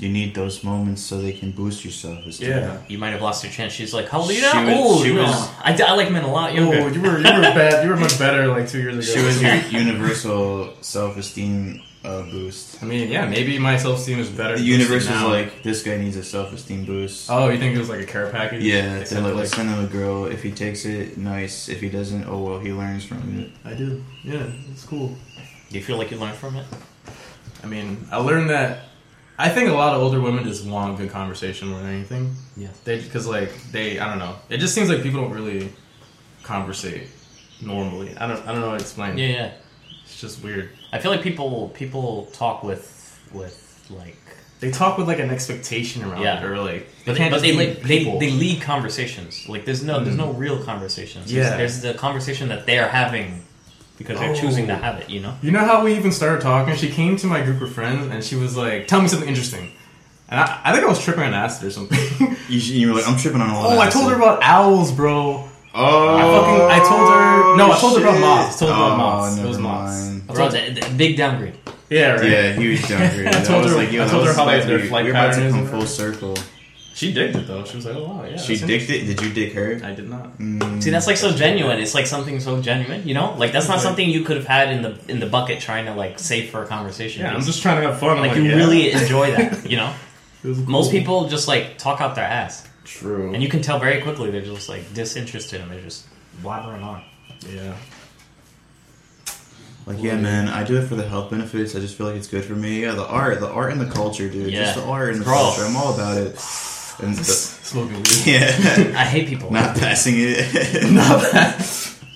B: You need those moments so they can boost your self esteem.
C: yeah.
A: You might have lost your chance. She's like, how old are you
B: She
A: now?
B: was-
A: oh,
B: she
A: no.
B: was-
A: I, d- I like men a lot
C: Oh,
A: younger.
C: you were you were bad. You were much better like two years ago.
B: She was your universal self esteem uh, boost.
C: I mean, yeah, maybe my self esteem is better.
B: The universe is
C: now.
B: like, this guy needs a self esteem boost.
C: Oh, you think it was like a care package?
B: yeah,
C: Except
B: they're like,
C: for,
B: let's send him a girl. If he takes it, nice. If he doesn't, oh well, he learns from it.
C: I do. Yeah, it's cool.
A: Do you feel like you learned from it?
C: I mean, I learned that. I think a lot of older women just want a good conversation more than anything.
A: Yeah.
C: They because like they I don't know. It just seems like people don't really conversate normally. I don't I don't know how to explain.
A: Yeah, yeah.
C: It's just weird.
A: I feel like people people talk with with like,
C: They talk with like an expectation around
A: Yeah.
C: it, or like
A: but
C: can't
A: they, but
C: just
A: they,
C: be
A: like, they
C: people.
A: they lead conversations. Like there's no there's no
C: Mm.
A: real conversations.
C: Yeah.
A: There's, there's the conversation that they are having because they're
C: Oh.
A: choosing to have it. You know.
C: You know how we even started talking? She came to my group of friends and she was like, "Tell me something interesting," and I, I think I was tripping on acid or something.
B: You, sh- you were like, I'm tripping on a lot.
C: oh,
B: of
C: I told her
B: acid."
C: about owls, bro.
B: Oh,
C: I fucking- I told her- no, I told her about
B: shit.
C: moths. Told her about moths. It
B: Oh, never
C: was moths.
B: mind.
A: Bro, th- th- big downgrade.
C: Yeah, right.
B: Yeah, huge downgrade. I
C: told
B: was
C: her-
B: like, yo,
C: I
B: that
C: told her
B: was
C: how
B: like
C: bad their
B: we-
C: flight
B: We're about to
C: pattern is
B: come
C: and
B: full circle.
C: She digged it though. She was like, "Oh wow, yeah."
B: She
C: that's
B: dicked it. Did you dick her?
C: interesting. I did not.
B: Mm.
A: See, that's like so genuine. It's like something so genuine, you know. Like that's not
C: Right.
A: something you could have had in the in the bucket trying to like save for a conversation.
C: Yeah, I'm
A: It's-
C: just trying to have fun. I'm
A: like, you
C: yeah.
A: really enjoy that, you know.
C: It was
A: Most
C: cool.
A: people just like talk out their ass,
C: True.
A: and you can tell very quickly they're just like disinterested and they're just blabbering on.
C: yeah.
B: Like, yeah, man, I do it for the health benefits. I just feel like it's good for me. Yeah, the art, the art and the culture, dude.
A: Yeah.
B: Just the art and the
A: Bro.
B: culture. I'm all about it. And the,
C: Smoking weed.
B: yeah,
A: I hate people.
B: not passing it.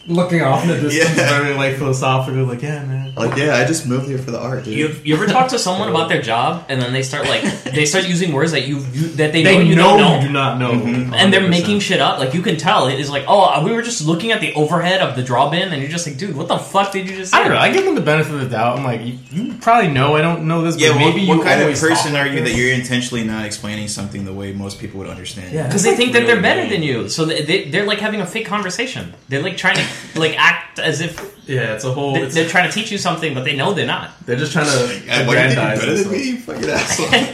C: Looking off in the distance,
B: Yeah.
C: very like philosophical. Like, yeah, man.
B: like, yeah, I just moved here for the art, dude.
A: You, you ever talk to someone about their job and then they start like they start using words that you, you that they know you don't know.
C: you do not know,
B: Mm-hmm.
A: and they're
C: 100%.
A: making shit up. Like you can tell, it is like, oh, we were just looking at the overhead of the draw bin, and you're just like, dude, what the fuck did you just? Say?
C: I don't know. I give them the benefit of the doubt. I'm like, you, you probably know I don't know this, but
B: yeah, what-
C: maybe
B: what,
C: you
B: kind of
C: always
B: person
C: talk
B: are
C: like
B: you that
C: this.
B: you're intentionally not explaining something the way most people would understand?
C: Yeah.
A: because they think that they're better than you, so they, they, they're like having a fake conversation. They're like trying to like act as if
C: Yeah, it's a whole.
A: they,
C: It's,
A: they're trying to teach you something, but they know they're not.
C: they're just trying to
B: Yeah, Why do you think you're
C: aggrandize
B: better than me,
C: themselves.
B: you fucking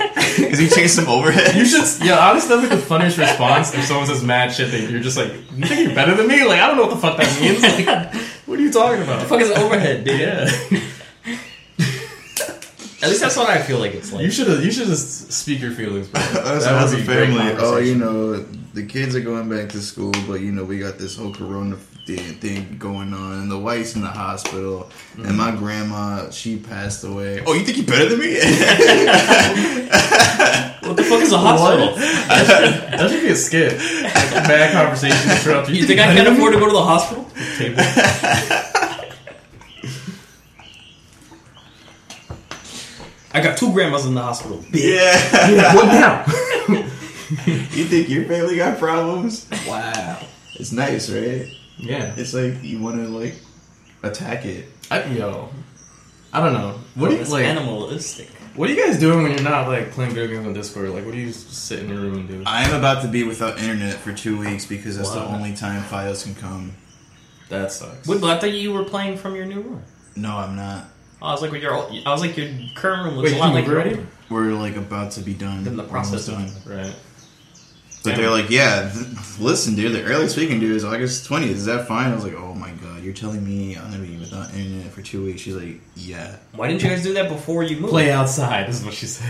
B: asshole? Because you chased some overhead.
C: You should. Yeah, honestly, that'd be the funniest response if someone says mad shit. That you're just like, you think you're better than me? Like, I don't know what the fuck that means. Like, what are you talking about?
A: Fuck is overhead, dude.
C: Yeah.
A: At least that's what I feel like it's like.
C: You should have. You should just speak your feelings, bro.
B: Us
C: That
B: as
C: would
B: a
C: be great
B: family, oh, you
C: conversation.
B: know, the kids are going back to school, but you know, we got this whole corona thing, thing going on, and the wife's in the hospital, and my grandma, she passed away. Mm-hmm. Oh, you think you're better than me?
A: what the fuck is a hospital?
C: That should be a skit. Like, bad conversation interrupt.
A: You think I can't afford to go to the hospital?
C: table?
A: I got two grandmas in the hospital.
B: yeah.
C: what now?
B: You think your family got problems?
C: Wow.
B: It's nice, right?
C: Yeah.
B: It's like you want to like attack it.
C: I, yo. I don't know. What do you
A: It's
C: like?
A: animalistic.
C: What are you guys doing when you're not like playing video games on Discord? Like, what do you sit in your room and do?
B: I am about to be without internet for two weeks because that's the
C: Wow.
B: only time files can come.
C: That sucks.
A: Wait, but I thought you were playing from your new room.
B: No, I'm not.
A: I was like, well, your old, I was like, your current room looks
C: Wait,
A: a
C: you
A: lot like
C: moved
A: your
C: already?
A: old room.
B: We're like about to be done.
A: In the
B: We're
A: process
B: almost
A: of-
B: done.
C: Right.
B: But they're like, yeah, th- listen, dude, the earliest we can do is August 20th. Is that fine? I was like, oh my god, you're telling me I'm gonna be without internet for two weeks. She's like, yeah.
A: Why didn't you guys do that before you moved?
C: Play outside. This is what she said.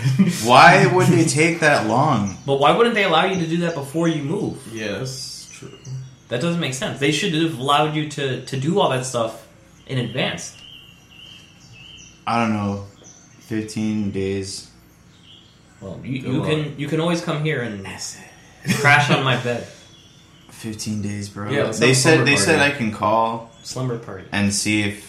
B: Why would they take that long?
A: But why wouldn't they allow you to do that before you move?
C: yes. True.
A: That doesn't make sense. They should have allowed you to, to do all that stuff in advance?
B: I don't know, fifteen days.
A: Well, you, you
B: Go
A: can you can always come here and crash on my bed.
B: Fifteen days, bro.
A: Yeah, it's
B: they
A: not
B: said
A: summer
B: they said I
A: party.
B: can call
A: Slumber party.
B: and see if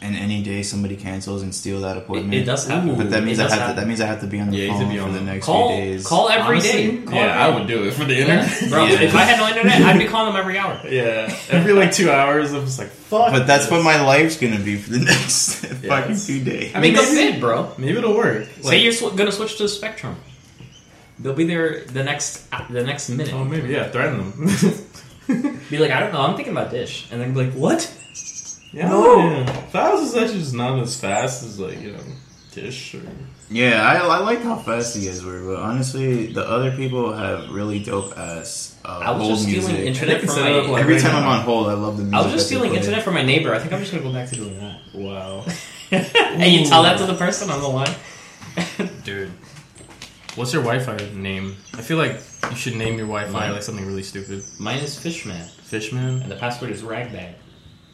B: in any day somebody cancels and steal that appointment.
A: It, it does happen,
B: But that means
A: It
B: I
A: does
B: have to,
A: happen.
B: that means I have to be on the
F: Yeah, you have
B: phone
F: to be on
B: for the
F: the-
B: next
A: call
B: few days.
A: call every
F: Honestly,
A: day. Call
F: yeah,
A: every
F: I would do it for the
A: Yeah,
F: internet.
A: bro.
B: Yeah.
A: If I had no internet, I'd be calling them every hour.
F: yeah, every like two hours, I'm just like fuck.
B: But that's
F: this.
B: what my life's gonna be for the next fucking
F: it's-
B: few days.
C: I mean,
A: Make a
C: maybe-
A: bid, bro.
C: Maybe it'll work.
A: Say you're sw- gonna switch to the Spectrum. They'll be there the next the next minute.
C: Oh, maybe yeah. Threaten them.
A: Be like, I don't know. I'm thinking about Dish, and then be like, what?
C: yeah, oh,
A: No.
C: yeah. Files is actually just not as fast as like you know Dish or
B: Yeah, I, I like how fast you guys were, but honestly, the other people have really dope ass uh,
A: I was
B: hold
A: just
B: music.
A: stealing internet
C: I think
A: from
C: set
A: my.
C: it up like-
B: Every
C: right
B: time
C: now.
B: I'm on hold, I love the music.
A: I was just
B: that they
A: stealing
B: play.
A: internet from my neighbor. I think I'm just gonna go back to doing that.
C: wow.
A: and you tell that to the person on the line.
C: Dude, what's your Wi-Fi name? I feel like you should name your Wi-Fi
A: Mine?
C: like something really stupid.
A: Mine is Fishman,
C: Fishman.
A: and the password is Ragbag.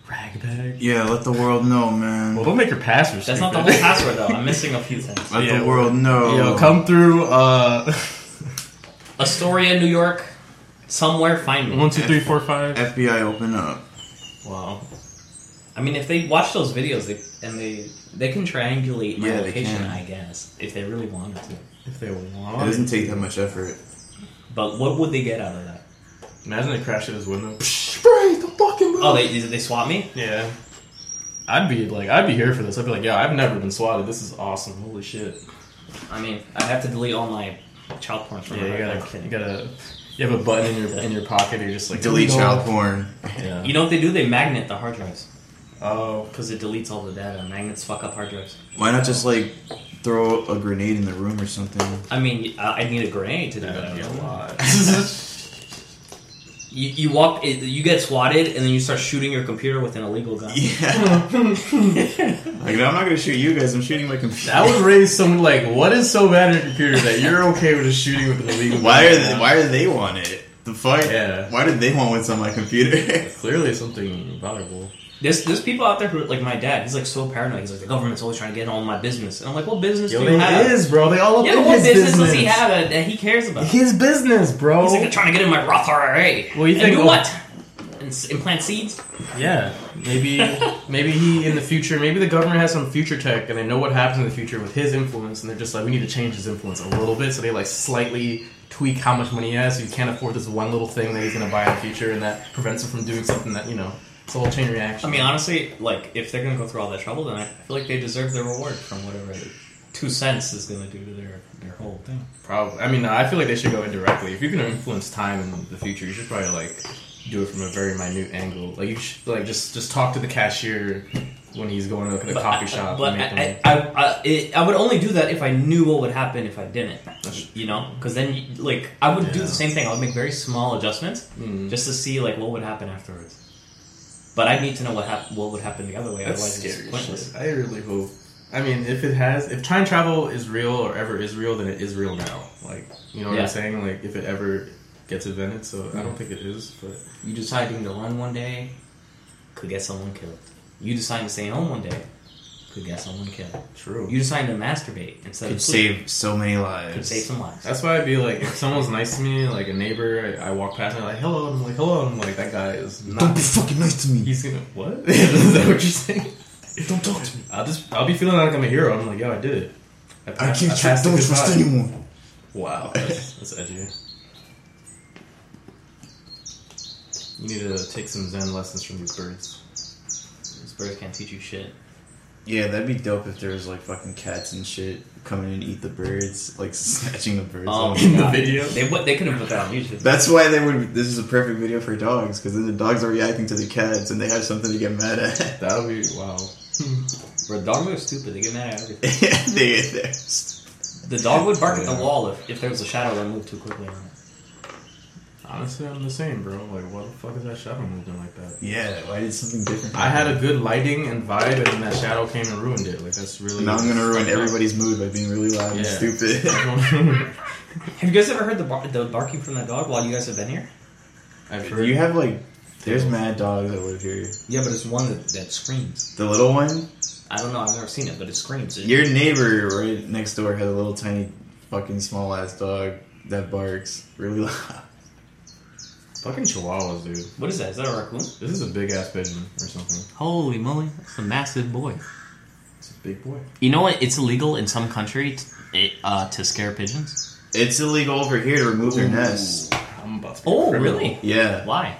C: Ragbag.
B: Yeah, let the world know, man.
C: Well, don't make your password.
A: That's
C: stupid.
A: not the whole password though. I'm missing a few things.
B: let
C: yeah,
B: the world know.
C: Yo, come through. Uh,
A: Astoria, New York. Somewhere, find me.
C: one, two, three, four, five.
B: FBI, open up.
C: Wow.
A: I mean, if they watch those videos, they and they they can triangulate my
B: Yeah, they
A: location,
B: can.
A: I guess, if they really wanted to.
C: If they
B: It
C: want.
B: doesn't take that much effort.
A: But what would they get out of that?
C: Imagine they crash at his window. Spray the fucking window.
A: Oh, they they swap me.
C: yeah. I'd be like, I'd be here for this. I'd be like, yeah, I've never been swatted. This is awesome. Holy shit.
A: I mean, I have to delete all my child porn from
C: Yeah,
A: my
C: you
A: record.
C: gotta, you gotta, you have a button in your in your pocket. You're just like
B: Delete
C: no.
B: child porn.
C: Yeah.
A: You know what they do? They magnet the hard drives
C: Oh,
A: because it deletes all the data. Magnets fuck up hard drives.
B: Why not just like throw a grenade in the room or something?
A: I mean, I I need a grenade to do
C: that'd be a
A: that.
C: lot.
A: You, you walk, it- you get swatted, and then you start shooting your computer with an illegal gun.
B: Yeah. like, I'm not gonna shoot you guys. I'm shooting my computer.
C: That would raise someone like, what is so bad in your computer that you're okay with just shooting with an illegal?
B: why are
C: gun?
B: they, why are they want it? The fuck?
C: Yeah.
B: Why did they want what's on my computer?
C: Clearly, something valuable.
A: There's there's people out there who like my dad. He's like so paranoid. He's like the government's always trying to get in all my business, and I'm like, what business
C: Yo,
A: do you have?
C: it is, bro. They all up
A: Yeah,
C: in
A: but what
C: his
A: business, does he have that, that he cares about?
C: His business, bro.
A: He's like trying to get in my Roth IRA.
C: Oh. Well, you
A: and
C: think-
A: do what? And s- implant seeds?
C: Yeah, maybe maybe he in the future, maybe the government has some future tech and they know what happens in the future with his influence, and they're just like, we need to change his influence a little bit, so they like slightly tweak how much money he has, so he can't afford this one little thing that he's gonna buy in the future, and that prevents him from doing something that you know. It's a whole chain reaction.
A: I mean, honestly, like if they're gonna go through all that trouble, then I feel like they deserve their reward from whatever two cents is gonna do to their their whole thing.
C: Probably. I mean, I feel like they should go indirectly. If you're gonna influence time in the future, you should probably like do it from a very minute angle. Like you should like just just talk to the cashier when he's going to the coffee shop.
A: But
C: and make
A: I,
C: them-
A: I, I, I, it, I would only do that if I knew what would happen if I didn't.
C: That's-
A: You know, because then you- like I would do
C: Yeah.
A: the same thing. I would make very small adjustments
C: Mm.
A: just to see like what would happen afterwards. But I need to know what hap- what would happen the other way.
C: That's
A: otherwise,
C: scary
A: it's pointless.
C: shit. I really hope. I mean, if it has, if time travel is real or ever is real, then it is real now. Like, you know what
A: Yeah.
C: I'm saying? Like, if it ever gets invented, so I don't think it is, but
A: You deciding to run one day could get someone killed. You deciding to stay home one day could get someone killed.
C: true.
A: You deciding to masturbate instead
B: Could
A: of sleep
B: save so many
A: could
B: lives.
A: save some lives.
C: That's why I'd be like, if someone's nice to me, like a neighbor, I, I walk past and I'm like, hello, and I'm like, hello, and I'm like, that guy is
B: Don't
C: not.
B: be fucking nice to me.
C: He's gonna what? is that what you're saying?
B: Don't talk to me.
C: I'll just, I'll be feeling like I'm a hero. I'm like, yo, I did it. I,
B: I
C: passed-
B: can't
C: passed
B: trust.
C: the
B: Don't
C: good
B: trust
C: vibe.
B: anyone.
C: Wow, that's, that's edgy. You need to take some Zen lessons from these birds.
A: This bird can't teach you shit.
B: Yeah, that'd be dope if there was like fucking cats and shit coming and eat the birds, like snatching the birds.
A: Oh,
B: off.
A: my God.
C: video?
A: They would. They couldn't put that on YouTube.
B: That's why they would. This is a perfect video for dogs because then the dogs are reacting to the cats and they have something to get mad at.
C: That would be wow.
A: Bro, dogs are stupid. They get mad at everything.
B: they, they're st-
A: The dog would bark at
C: Yeah.
A: the wall if, if there was a shadow that moved too quickly on it.
C: Honestly, I'm the same, bro. Like, why the fuck is that shadow moving like that?
B: yeah, why did something different?
C: I had
B: happen?
C: a good lighting and vibe, and then that shadow came and ruined it. Like, that's really.
B: Now I'm gonna ruin everybody's mood by being really loud and
C: Yeah.
B: stupid.
A: Have you guys ever heard the bar- the barking from that dog while you guys have been here?
C: I've heard.
B: you have like There's mad dogs that live here.
A: Yeah, but it's one that, that screams.
B: The little one,
A: I don't know. I've never seen it, but it screams. It,
B: your neighbor right next door had a little tiny, fucking small ass dog that barks really loud.
C: Fucking chihuahuas, dude.
A: what is that? Is that a raccoon?
C: This is a big ass pigeon or something.
A: Holy moly! That's a massive boy.
C: It's a big boy.
A: You know what? It's illegal in some country t- it, uh, to scare pigeons.
B: It's illegal over here to remove their nests.
C: I'm about to. Be
A: Oh,
C: a criminal.
A: really?
B: Yeah,
A: Why?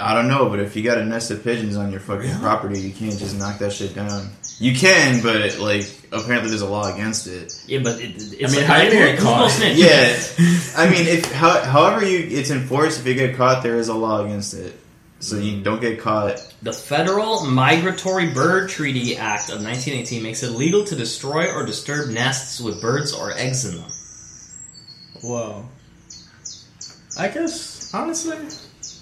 B: I don't know, but if you got a nest of pigeons on your fucking property, you can't just knock that shit down. You can, but like apparently there's a law against it.
A: Yeah, but it, it's
C: mean,
A: like,
C: how do you
A: who-
C: get
A: who's
C: caught?
A: gonna snitch?
B: Yeah, I mean, if how, however you it's enforced, if you get caught, there is a law against it. So you don't get caught.
A: The Federal Migratory Bird Treaty Act of 1918 makes it illegal to destroy or disturb nests with birds or eggs in them.
C: Whoa. I guess honestly,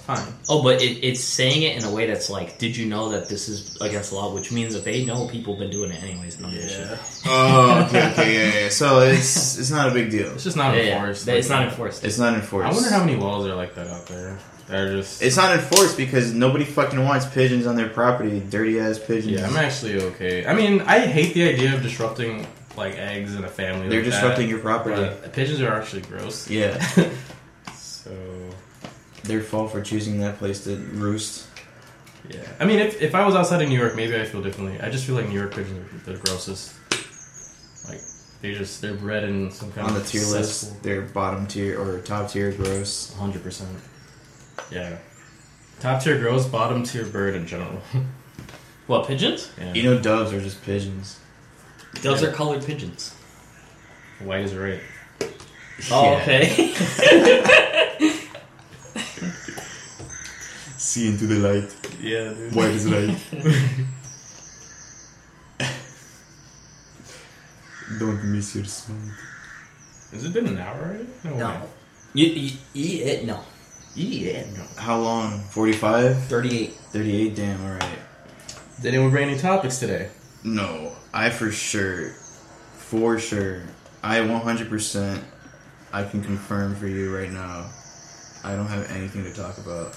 C: fine.
A: Oh, but it, it's saying it in a way that's like, did you know that this is against the law? Which means that they know people have been doing it anyways. And yeah.
B: Oh, okay, okay, yeah, yeah. So it's it's not a big deal.
C: It's just not
A: Yeah,
C: enforced.
A: yeah. It's
C: like-
A: not enforced.
B: It's not enforced.
C: I wonder how many laws are like that out there. They're just.
B: It's not enforced because nobody fucking wants pigeons on their property. Dirty ass pigeons.
C: yeah, I'm actually okay. I mean, I hate the idea of disrupting like eggs in a family.
B: They're
C: like that,
B: disrupting your property.
C: but pigeons are actually gross.
B: Yeah,
C: So
B: their fault for choosing that place to roost.
C: yeah, I mean, if, if I was outside of New York, maybe I feel differently. I just feel like New York pigeons are the grossest. Like they just they're bred in some kind
B: On the
C: of
B: tier list, they're bottom tier or top tier gross.
C: Hundred percent. Yeah. Top tier gross, bottom tier bird in general.
A: What, pigeons?
C: yeah.
B: You know, doves are just pigeons.
A: Those are colored pigeons.
C: White is right.
A: Oh,
B: Yeah.
A: okay.
B: See into the light.
C: Yeah, dude.
B: White is right. Don't miss your smile.
C: Has it been an hour already?
A: no.
C: way.
A: You, you eat it? No. You eat it? No.
B: How long? 45?
A: 38.
B: 38? Damn, alright.
C: Did anyone bring any topics today?
B: No, I for sure, for sure, I 100%, I can confirm for you right now, I don't have anything to talk about.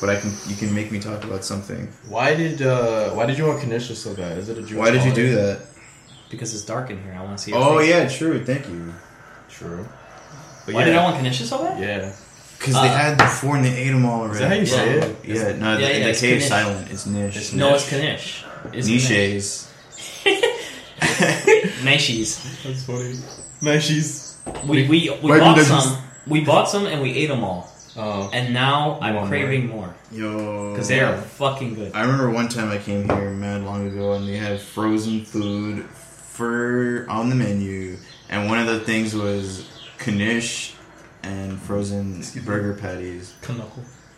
B: But I can, you can make me talk about something.
C: Why did uh why did you want Kanisha so bad? Is it a Jewish
B: Why did you do
C: holiday?
B: that?
A: Because it's dark in here. I want to see your
B: Oh
A: face.
B: yeah, true. Thank you.
C: True. But
A: Why
C: yeah,
A: did I want Kanisha so bad?
C: Yeah.
B: Cause
A: Uh,
B: they had the four and they ate them all already.
C: Is that how you say
A: Yeah.
C: it?
B: Yeah, no,
A: Yeah,
B: the,
A: yeah,
B: the
A: it's
B: cave's
A: Kanish.
B: silent. It's niche. It's
A: No, it's Kanish. It's
B: Niches.
A: Nishies.
C: That's funny. No, she's
A: We, we, we
B: Why
A: bought
B: didn't I
A: some. We bought some and we ate them all.
C: oh
A: And now I'm
C: want more. Oh,
A: craving more.
B: Yo.
A: Because they are fucking good.
B: I remember one time I came here mad long ago and they had frozen food for on the menu, and one of the things was knish and frozen burger patties.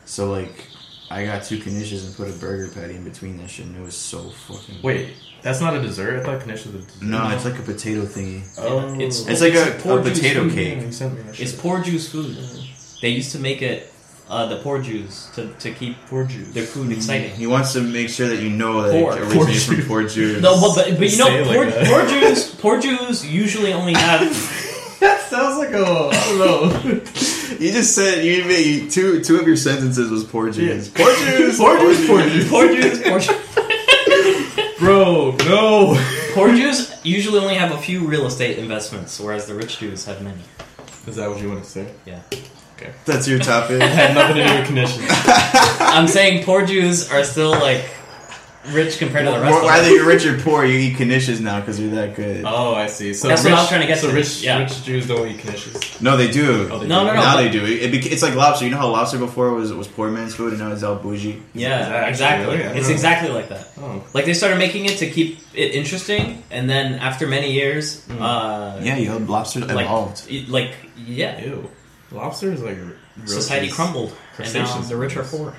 B: So like, I got two knishes and put a burger patty in between that shit, and it was so fucking.
C: wait, that's not a dessert? I thought Kanisha was a dessert.
B: No, it's like a potato thingy.
C: Oh.
A: It's-
B: It's like a, a
A: Poor dude's
B: potato
A: food,
B: cake.
A: It's poor Jews food. They used to make it, uh, the poor Jews, to, to keep
C: poor Jews.
A: their food exciting.
C: Mm.
B: He wants to make sure that you know that
A: Poor-
B: it
A: poor
B: originates from poor Jews.
A: No, but, but, but you
C: Say
A: know,
C: it like
A: poor,
C: that.
A: poor Jews, poor Jews usually only have.
C: that sounds like a I don't know.
B: You just said you made two two of your sentences was poor Jews.
C: Poor Jews, poor Jews, poor Jews.
A: poor Jews, poor, Ju-
C: Bro, no.
A: poor Jews usually only have a few real estate investments, whereas the rich Jews have many.
C: Is that what you want to say?
A: Yeah,
B: That's your topic.
C: Had nothing to do with Kanisha.
A: I'm saying poor Jews are still like rich compared to the rest.
B: Well,
A: of
B: Whether
A: them.
B: you're rich or poor, you eat knishes now because you're that good.
C: Oh, I see. So
A: That's what
C: rich,
A: I was trying to get
C: So
A: to.
C: rich,
A: Yeah.
C: rich Jews don't eat Kanishas.
B: No, they do.
C: Oh, they
A: No, no,
C: do.
A: no.
B: now
A: but-
B: they do. It, it beca- it's like lobster. You know how lobster before was was poor man's food, and now it's all bougie.
A: Yeah,
C: Exactly.
A: exactly.
C: Yeah.
A: It's exactly like that.
C: Oh,
A: Like they started making it to keep it interesting, and then after many years, uh,
B: Yeah, yo, lobster
A: like,
B: evolved.
A: y- like yeah,
C: ew. Lobster is like r-
A: society
C: roaches.
A: crumbled, and now
C: Crustaceans.
A: the rich are poor.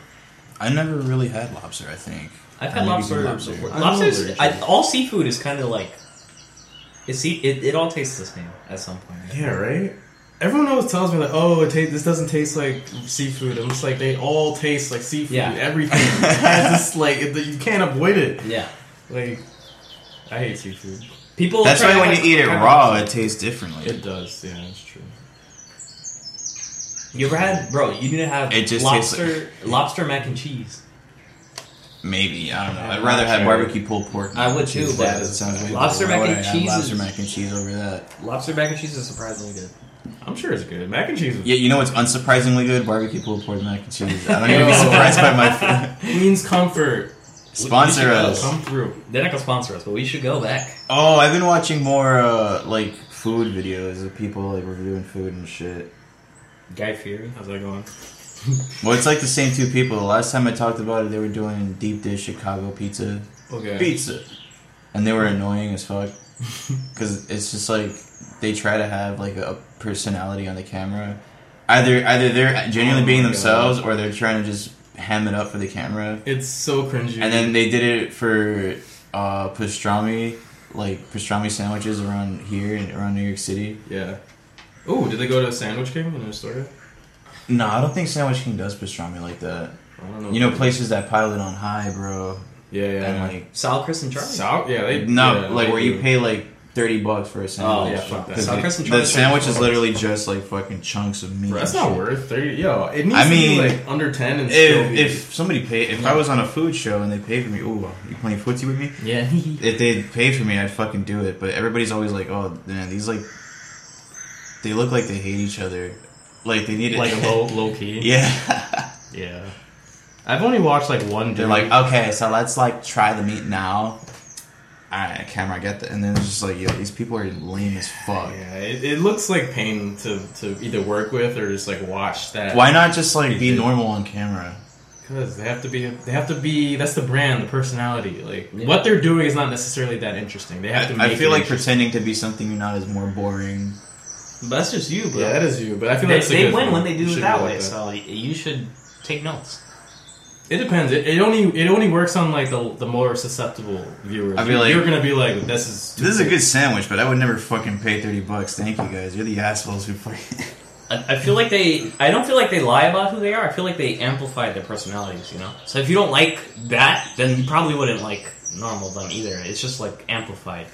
B: I never really had lobster. I think
A: I've
B: I
A: had
B: need to
A: lobster.
B: get lobster.
A: before.
C: I love
A: Lobsters,
C: rich
A: I,
C: people.
A: all seafood is kind of like it's sea- it, it. all tastes the same at some point. right?
C: Yeah, right. Everyone always tells me like, "Oh, it ta- this doesn't taste like seafood." I'm just like, they all taste like seafood.
A: Yeah.
C: Everything has this like it, you can't avoid it.
A: Yeah,
C: Like, I hate seafood.
A: people.
B: that's
A: try
B: why
A: to
B: when you
A: have-
B: eat it
A: try to-
B: raw, it tastes differently.
C: It does. Yeah, it's true.
A: You ever had, bro? You need to have
B: It just tastes
A: lobster, lobster mac and cheese.
B: Maybe I don't know. I'd rather have barbecue pulled pork.
A: I would too,
B: That
A: but
B: doesn't sound good.
A: lobster
B: Why
A: mac
B: would
A: and
B: I have
A: cheese is-
B: Lobster mac and cheese over that.
A: Lobster mac and cheese is surprisingly good.
C: I'm sure it's good. Mac and cheese. Is-
B: Yeah, you know what's unsurprisingly good? Barbecue pulled pork mac and cheese. I don't even be surprised by my food.
G: Queen's Comfort.
B: sponsor us.
G: Come through.
A: They're not gonna sponsor us, but we should go back.
B: Oh, I've been watching more uh, like food videos of people like reviewing food and shit.
A: Guy Fieri.
C: How's that going?
B: Well, it's like the same two people. The last time I talked about it, they were doing deep dish Chicago pizza,
C: Okay.
B: pizza, and they were annoying as fuck because it's just like they try to have like a personality on the camera. Either either they're genuinely
C: Oh
B: being
C: my God.
B: themselves or they're trying to just ham it up for the camera.
G: It's so cringy.
B: And then they did it for uh, pastrami, like pastrami sandwiches around here and around New York City.
C: Yeah.
G: Ooh, did they go to Sandwich King in Astoria?
B: No, I don't think Sandwich King does pastrami like that.
G: I don't know.
B: You know, places that pile it on high, bro.
C: Yeah. Yeah.
B: And like,
A: Sal, Chris, and Charlie.
C: Sal- yeah. They
B: no,
C: yeah,
B: like
C: they
B: where you
C: do.
B: pay like thirty bucks for a sandwich.
C: yeah, fuck that.
B: 'Cause
A: South
B: the-
A: Crescent
B: the
A: Church.
B: sandwich is literally just like fucking chunks of meat.
C: Bro, that's
B: and
C: not
B: shit.
C: worth thirty. Yo, it needs
B: I
C: to
B: mean,
C: be like under ten and still
B: If,
C: be-
B: if somebody paid, if I was on a food show and they paid for me, ooh, you playing footsie with me?
A: Yeah.
B: If they paid for me, I'd fucking do it. But everybody's always like, oh, man, these like, they look like they hate each other. Like they need it.
G: like a low low key.
B: yeah.
G: Yeah. I've only watched like one.
B: They're
G: dude.
B: like, okay, so let's like try the meat now. All right, camera, I get that. And then it's just like, yo, these people are lame as fuck.
C: yeah, it, it looks like pain to to either work with or just like watch that.
B: Why not just like be normal on camera?
C: Because they have to be. They have to be. That's the brand, the personality. Like
A: Yeah.
C: what they're doing is not necessarily that interesting. They have to.
B: I,
C: Make
B: I feel
C: it
B: like
C: interesting.
B: pretending to be something you're not is more boring.
A: But that's just you, bro.
C: yeah, that is you. But I feel
A: they
C: like it's a
A: they
C: good
A: win when
C: one.
A: they do
C: You
A: it
C: should
A: that
C: be
A: way.
C: like
A: So like, you should take notes.
C: It depends. It, it only it only works on like the the more susceptible viewers.
B: I feel like-
C: you're gonna be like, this is
B: This is a good sandwich, but I would never fucking pay thirty bucks. Thank you guys. You're the assholes who fucking.
A: I, I feel like they. I don't feel like they lie about who they are. I feel like they amplify their personalities. You know. So if you don't like that, then you probably wouldn't like normal them either. It's just like amplified.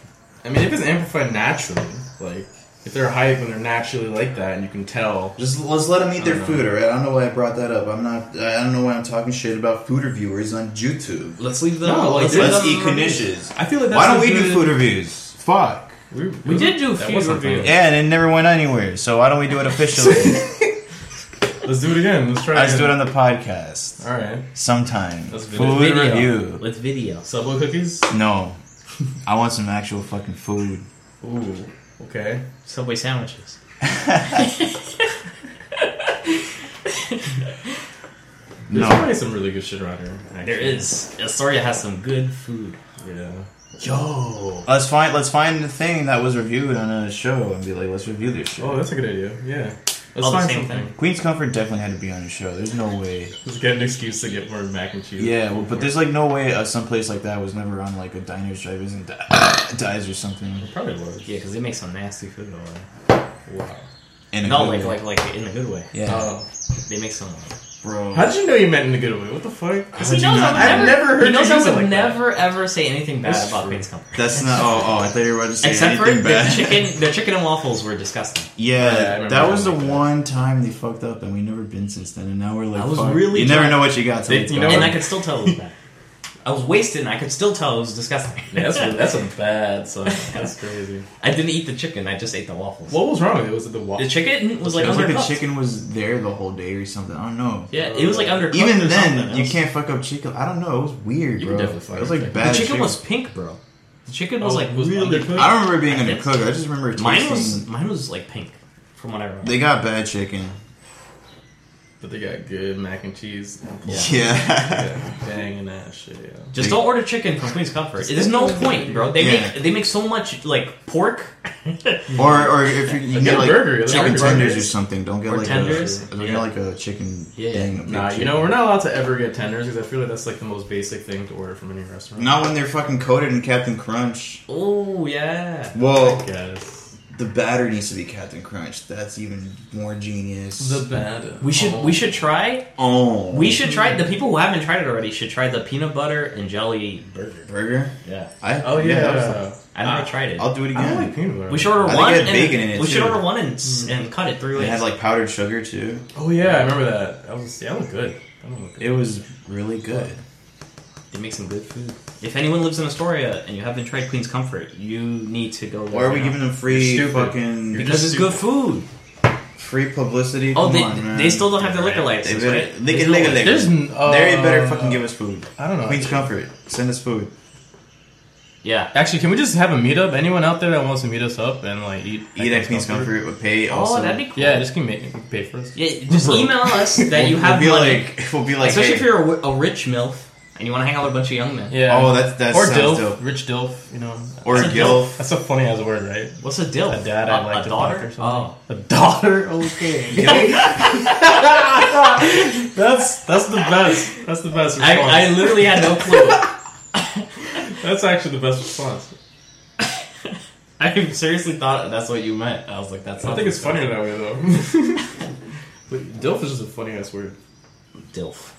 C: I mean, if it's amplified naturally, like if they're hype and they're naturally like that, and you can tell.
B: Just let's let them eat their
C: I don't
B: food, alright? I don't know why I brought that up. I'm not. I don't know why I'm talking shit about food reviewers on YouTube.
A: Let's leave them.
C: No, like,
A: let's leave
B: Let's
A: them-
B: eat conditions.
C: I feel like that's
B: Why don't
C: a
B: we do
C: good-
B: food reviews? Fuck.
C: We,
A: We did do a
C: That
A: few
C: wasn't
A: reviews.
B: Yeah, and it never went anywhere. So why don't we do it officially?
C: Let's do it again. Let's try.
B: Let's do it
C: again.
B: on the podcast
C: All right.
B: sometime.
C: Let's do
B: Food
A: Video.
B: review.
A: With video.
C: Subway cookies.
B: No, I want some actual fucking food.
C: Ooh. Okay.
A: Subway sandwiches.
C: There's
B: No.
C: probably some really good shit around here. actually.
A: There is. Astoria has some good food.
C: Yeah.
A: Yo.
B: Let's find let's find the thing that was reviewed on a show and be like, let's review this shit.
C: Oh, that's a good idea. Yeah. Let's
A: All the
C: find
A: same
C: something.
A: thing.
B: Queen's Comfort definitely had to be on a show. There's no way.
C: Let's get an excuse to get more mac and cheese.
B: Yeah, well, but there's like no way uh, some place like that was never on like a diner's drive isn't di- dies or something.
C: Probably was.
A: Yeah, because they make some nasty food over there.
C: Wow.
B: In a
A: No,
B: good
A: like,
B: way.
A: like, like in a good way.
B: yeah,
C: Oh.
A: They make some.
B: bro.
C: How did you know you meant in a good way? What the fuck?
A: He knows
B: not-
A: I would
C: I've never heard
A: He knows
C: you
A: I
C: use it
A: would
C: like that.
A: never ever say anything bad
C: That's
A: about
C: true.
A: Queen's Company.
B: That's not. Oh, oh, I thought you were about to say
A: Except for
B: anything
A: their
B: bad.
A: chicken, their chicken and waffles were disgusting.
B: Yeah,
C: Yeah, I remember
B: that was the
C: something like that.
B: one time they fucked up, and we never been since then. And now we're like,
A: I was
B: fuck,
A: really
B: you never know what you got. Till
C: They-
B: it's
C: you know
B: gone.
A: And I could still tell it was bad. I was wasted and I could still tell it was disgusting.
C: Yeah, that's, that's a bad sign. That's crazy.
A: I didn't eat the chicken, I just ate the waffles.
C: What was wrong with it? Was it the
A: The
C: waffle?
A: chicken was like
B: it was like the
A: undercooked.
B: chicken was there the whole day or something. I don't know.
A: Yeah, it was like undercooked.
B: Even
A: or
B: then,
A: something.
B: you can't fuck up chicken. I don't know. It was weird,
C: You
B: bro.
C: can definitely fuck
B: it was
C: up
B: like
C: chicken.
B: bad.
A: The chicken was pink, bro. The chicken was
C: Oh,
A: like
C: was
A: really
C: undercooked?
B: I don't remember being
A: I
B: undercooked.
A: think-
B: I just remember tasting.
A: Mine was mine was like pink, from what I remember.
B: They got bad chicken.
C: But they got good mac and cheese.
B: Yeah.
C: Yeah, banging that shit. Yeah.
A: Just don't order chicken from Queen's Comfort. There's no point, bro. They
B: Yeah.
A: make they make so much like pork
B: or or if you, you
C: Like
B: get
C: a
B: like
C: burger, like
B: chicken
C: burgers.
B: tenders or something, don't get
A: Or
B: like
A: tenders?
B: A, don't
A: Yeah.
B: get like a chicken
A: Yeah.
B: thing. a big
C: Nah, you
B: chicken.
C: know we're not allowed to ever get tenders because I feel like that's like the most basic thing to order from any restaurant.
B: Not when they're fucking coated in Captain Crunch.
A: Oh yeah.
B: Well,
C: Yes.
B: the batter needs to be Captain Crunch. That's even more genius.
C: The bad.
A: We should we should try
B: oh,
A: we should try the people who haven't tried it already should try the peanut butter and jelly burger.
B: burger.
A: Yeah.
B: I
C: Oh yeah.
B: that was-
A: I never tried it.
B: I'll do it
C: I
B: again.
C: don't like peanut butter.
A: we should order
B: I think
A: one.
B: it had
A: and
B: bacon in it,
A: we should
B: too.
A: order one and, s
C: Mm-hmm.
A: and cut it three
B: it
A: ways.
B: had like powdered sugar too.
C: Oh yeah, I remember that. That was yeah, that was good. That was good.
B: It was really good.
A: they make some good food. If anyone lives in Astoria and you haven't tried Queen's Comfort, you need to go. there
B: Why are we
A: right now.
B: giving them free
C: You're stupid.
B: fucking
A: Because it's good food.
B: free publicity?
A: Oh,
B: Come
A: they,
B: on, man.
A: they still don't have their liquor
B: They
A: license,
B: better,
A: right?
B: they can lick a lick.
C: There's n- uh,
B: they better fucking give us food.
C: I
A: uh,
C: don't know.
B: Queen's Comfort, send us food.
A: Yeah.
C: Actually, can we just have a meetup? Anyone out there that wants to meet us up and like eat
B: Eat at Queen's Comfort, but pay also.
A: Oh, that'd be cool.
C: Yeah, just can make pay for us.
A: Yeah, just
C: Bro.
A: email us that you
B: We'll
A: have
B: be
A: money.
B: like, we'll be like,
A: Especially
B: hey,
A: if you're a, wi- a rich MILF and you want to hang out with a bunch of young men.
C: Yeah.
B: oh, that's that
C: or
B: sounds
C: Dilf,
B: dope.
C: rich Dilf, you know.
B: Or
A: That's a
B: Gilf.
C: That's a funny ass word, right?
A: What's a deal?
C: A dad
A: a,
C: I'd like
A: a
C: to
A: daughter?
C: fuck or something.
A: Oh.
C: A daughter, okay. that's that's the best. That's the best response.
A: I, I literally had no clue.
C: that's actually the best response.
A: I seriously thought that's what you meant. I was like, that's
C: I
A: not
C: think it's
A: what
C: funnier that way though. but Dilf is just a funny ass word.
A: it's- Dilf.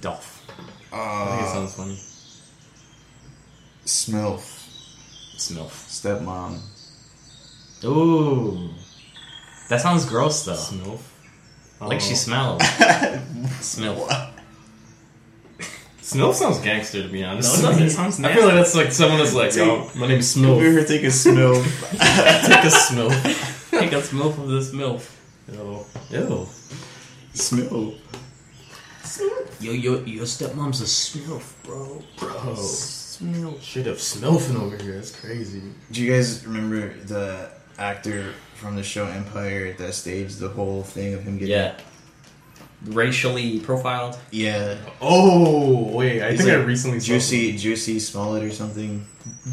A: Dilf.
C: I think it
B: Uh,
C: sounds funny.
B: Smilf,
A: It's MILF.
B: stepmom.
A: Ooh. That sounds gross, though.
C: Smilf.
A: Like
C: Oh.
A: she smells. Smilf.
C: Smilf sounds gangster to be
A: No,
C: honest.
A: it doesn't. It sounds
C: I
A: nasty.
C: feel like that's like someone is like, yo, my name's
B: If we
C: Smilf.
B: were taking Smilf,
C: Take a Smilf.
A: Take us MILF of this MILF.
C: Ew. Ew.
B: Smilf.
A: Yo, yo, your stepmom's a smilf, bro.
C: Bro.
A: Smilf.
C: Straight up Smilfing over here. That's crazy.
B: Do you guys remember the actor from the show Empire that staged the whole thing of him getting?
A: Yeah. Racially profiled.
B: Yeah.
C: Oh, wait. I
B: He's
C: think I
B: like
C: recently saw
B: Juicy, Juicy Smollett or something.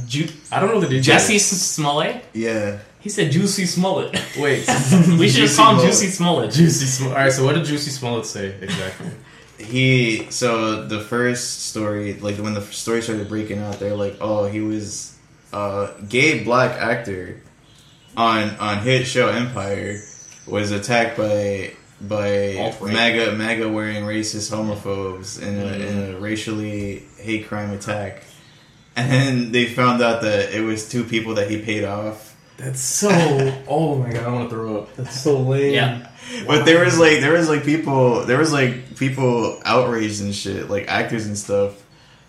A: Ju-
C: something. I don't know the details.
A: Jesse S- Smollett?
B: Yeah.
A: He said Juicy Smollett.
C: Wait.
A: we should just
B: Juicy
A: call him
B: Smollett.
A: Juicy Smollett.
C: Juicy Smollett. Alright, so what did Juicy Smollett say exactly?
B: He so the first story, like when the story started breaking out, they're like, "Oh, he was a gay black actor on on hit show Empire was attacked by by
A: Alt-right.
B: MAGA MAGA wearing racist homophobes in a, in a racially hate crime attack." And then they found out that it was two people that he paid off.
C: That's so. Oh my god, I want to throw up. That's so lame.
A: Yeah.
B: But there was like there was like people there was like people outraged and shit, like actors and stuff.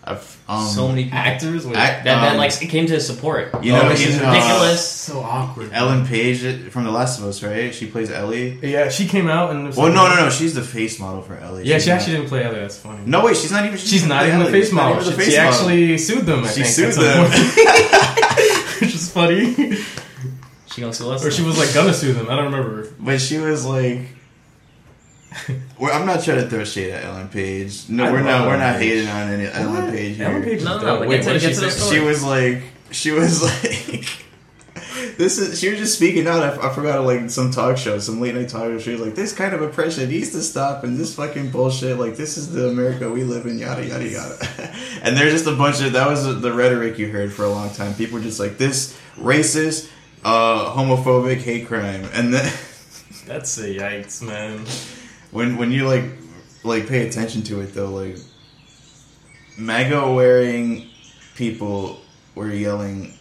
B: I've, um,
A: so many people.
C: Actors? Wait,
B: Act-
A: that, that
B: um,
A: like, it came to his support.
B: You
C: Oh,
B: know,
A: this is
B: he's, uh,
A: ridiculous.
C: so awkward.
B: Ellen Page from The Last of Us, right? She plays Ellie.
C: Yeah, she came out and.
B: Well, no, no, no. She's the face model for Ellie.
C: Yeah, she
B: not-
C: actually didn't play Ellie. That's funny.
B: No, wait. She's not even.
C: She's not
B: play
C: even the
B: Ellie.
C: face
B: She's not
C: model.
B: even the
C: She,
B: face
C: she
B: model.
C: actually sued them. I
B: She
C: think, at
B: sued
C: some
B: them.
C: point. which is funny.
A: She gonna sue us.
C: Or she was like gonna sue them. I don't remember.
B: But she was like. Well, I'm not trying to throw shade at Ellen Page. No,
C: I
B: we're
C: love
B: not. We're
C: Ellen
B: not
C: Page.
B: hating on any Ellen Page. Here.
C: Ellen Page is
A: No, no,
C: dope.
A: no,
C: Wait,
A: get to-
C: what did
A: get
C: she
A: to the
C: say?
A: story.
B: She was like. She was like. This is. She was just speaking out. I, I forgot like some talk show, some late night talk show. She was like, "This kind of oppression needs to stop, and this fucking bullshit. Like, this is the America we live in. Yada yada yada." and there's just a bunch of that was the rhetoric you heard for a long time. People were just like this racist, uh, homophobic hate crime, and then
C: That's a yikes, man.
B: when when you like like pay attention to it though, like MAGA wearing people were yelling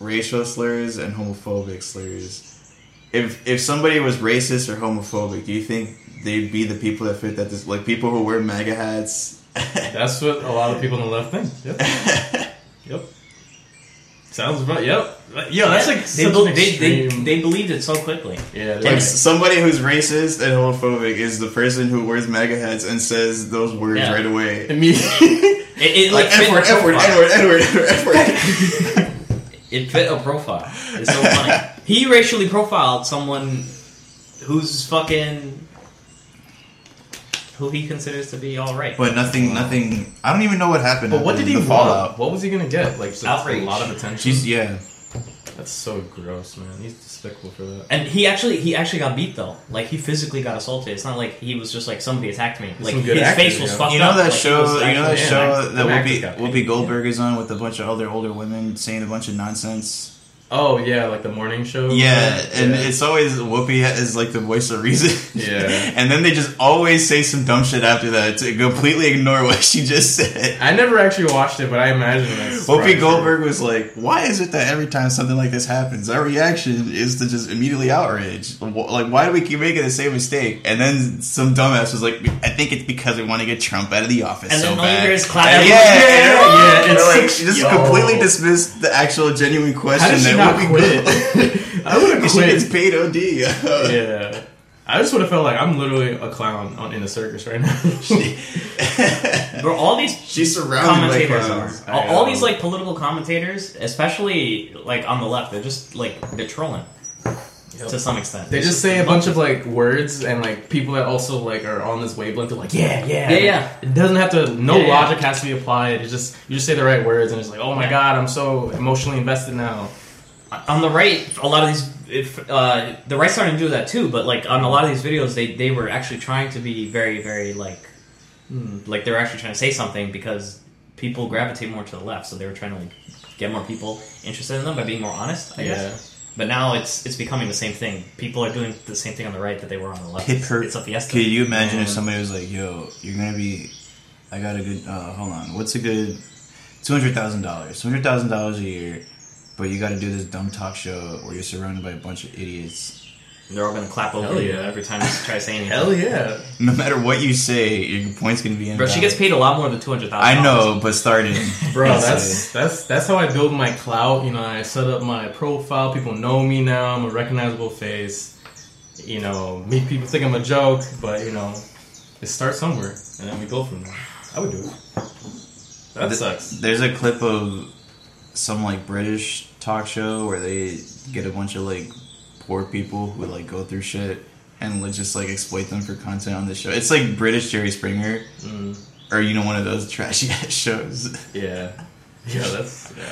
B: racial slurs and homophobic slurs. If if somebody was racist or homophobic, do you think they'd be the people that fit that this like people who wear MAGA hats?
C: That's what a lot of people on the left think. Yep. Yep. Sounds about. Yep. Yeah, that's like
A: they,
C: such
A: bel-
C: an
A: they, they,
C: extreme-
A: they believed it so quickly.
C: yeah.
B: Like
C: they're-
B: somebody who's racist and homophobic is the person who wears MAGA hats and says those words
A: Yeah.
B: right away.
C: Immediately.
A: It, it
B: Like
A: like, fit a
B: Edward, Edward,
A: profile.
B: Edward, Edward, Edward, Edward.
A: It fit a profile. It's so funny. he racially profiled someone who's fucking who he considers to be all right.
B: But nothing, nothing. I don't even know what happened.
C: But what
B: after
C: did he
B: the
C: want? What was he gonna get? Like just a
A: Outrage.
C: lot of attention.
B: She's yeah.
C: That's so gross, man. He's despicable for that.
A: and he actually he actually got beat though. Like he physically got assaulted. It's not like he was just like somebody attacked me. Like
C: some
A: his
C: good actors,
A: face was
C: you know?
A: fucked
B: You know
A: up.
B: that
A: Like, he
B: show.
A: was
B: You know that
A: actually-
B: show
A: yeah,
B: that
A: the actors
B: Whoopi
A: got
B: Whoopi
A: paid.
B: Goldberg is on with a bunch of other older women saying a bunch of nonsense.
C: Oh yeah, like the morning show.
B: Yeah, and
C: Yeah.
B: it's always Whoopi is like the voice of reason.
C: Yeah.
B: and then they just always say some dumb shit after that to completely ignore what she just said.
C: I never actually watched it, but I imagine that's
B: Whoopi
C: probably-
B: Goldberg was like, "Why is it that every time something like this happens, our reaction is to just immediately outrage? Wh- Like, why do we keep making the same mistake?" And then some dumbass was like, "I think it's because we want to get Trump out of the office
A: And
B: so
A: then all you
B: bad."
A: hear is clap.
B: And- yeah,
A: Yeah,
B: yeah,
A: yeah, it's
B: They're like,
A: such-
B: she just
A: yo.
B: completely dismissed the actual genuine question
C: How did she
B: that
C: not
B: Whoopi
C: quit? I would have
B: Goldberg- she gets
C: quit.
B: paid OD.
C: Yeah. I just would have felt like I'm literally a clown on, in a circus right now.
A: Bro, all these
B: She's surrounded um, by
A: commentators are
B: clowns.
C: uh,
A: all, all these like political commentators, especially like on the left, they're just like they're trolling to some extent.
C: they just say a bunch of like words and like people that also like are on this wavelength. They're like, yeah, yeah,
A: Yeah, yeah.
C: It doesn't have to. No
A: Yeah, yeah.
C: logic has to be applied. It's just you just say the right words and it's like, oh my god, I'm so emotionally invested now.
A: on the right, a lot of these, if, uh, the right's starting to do that too. But like on a lot of these videos, they they were actually trying to be very, very like,
C: Hmm.
A: like they were actually trying to say something because people gravitate more to the left, so they were trying to like get more people interested in them by being more honest. I guess. But now it's it's becoming the same thing. People are doing the same thing on the right that they were on the left.
B: Hip her.
A: It's a fiesta.
B: Could you imagine if somebody was like, "Yo, you're gonna be," I got a good. Uh, hold on, what's a good two hundred thousand dollars? Two hundred thousand dollars a year, but you got to do this dumb talk show where you're surrounded by a bunch of idiots.
A: They're all gonna clap over
C: Hell
A: you
C: yeah.
A: every time you try to say anything.
C: Hell yeah.
B: No matter what you say, your point's gonna be in.
A: Bro, she gets paid a lot more than two hundred thousand.
B: I know, but starting,
C: Bro, that's that's that's how I build my clout. You know, I set up my profile. People know me now. I'm a recognizable face. You know, make people think I'm a joke, but you know, it starts somewhere, and then we go from there. I would do it. That sucks.
B: There's a clip of some like British talk show where they get a bunch of like poor people who like go through shit and like, just like exploit them for content on the show. It's like British Jerry Springer.
C: Mm.
B: Or you know one of those trashy ass shows,
C: Yeah, yeah, that's yeah.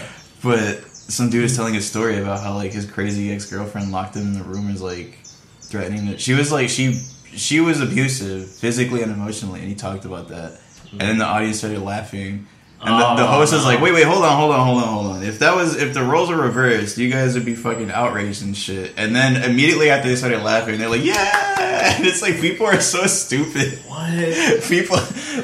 B: but some dude is telling a story about how like his crazy ex girlfriend locked him in the room and was like threatening that she was like she she was abusive physically and emotionally, and he talked about that, and then the audience started laughing. And the, the
A: Oh,
B: host is
A: no.
B: like, wait, wait, hold on, hold on, hold on, hold on. If that was, if the roles were reversed, you guys would be fucking outraged and shit. And then immediately after they started laughing, they're like, yeah! And it's like, people are so stupid.
C: What?
B: People,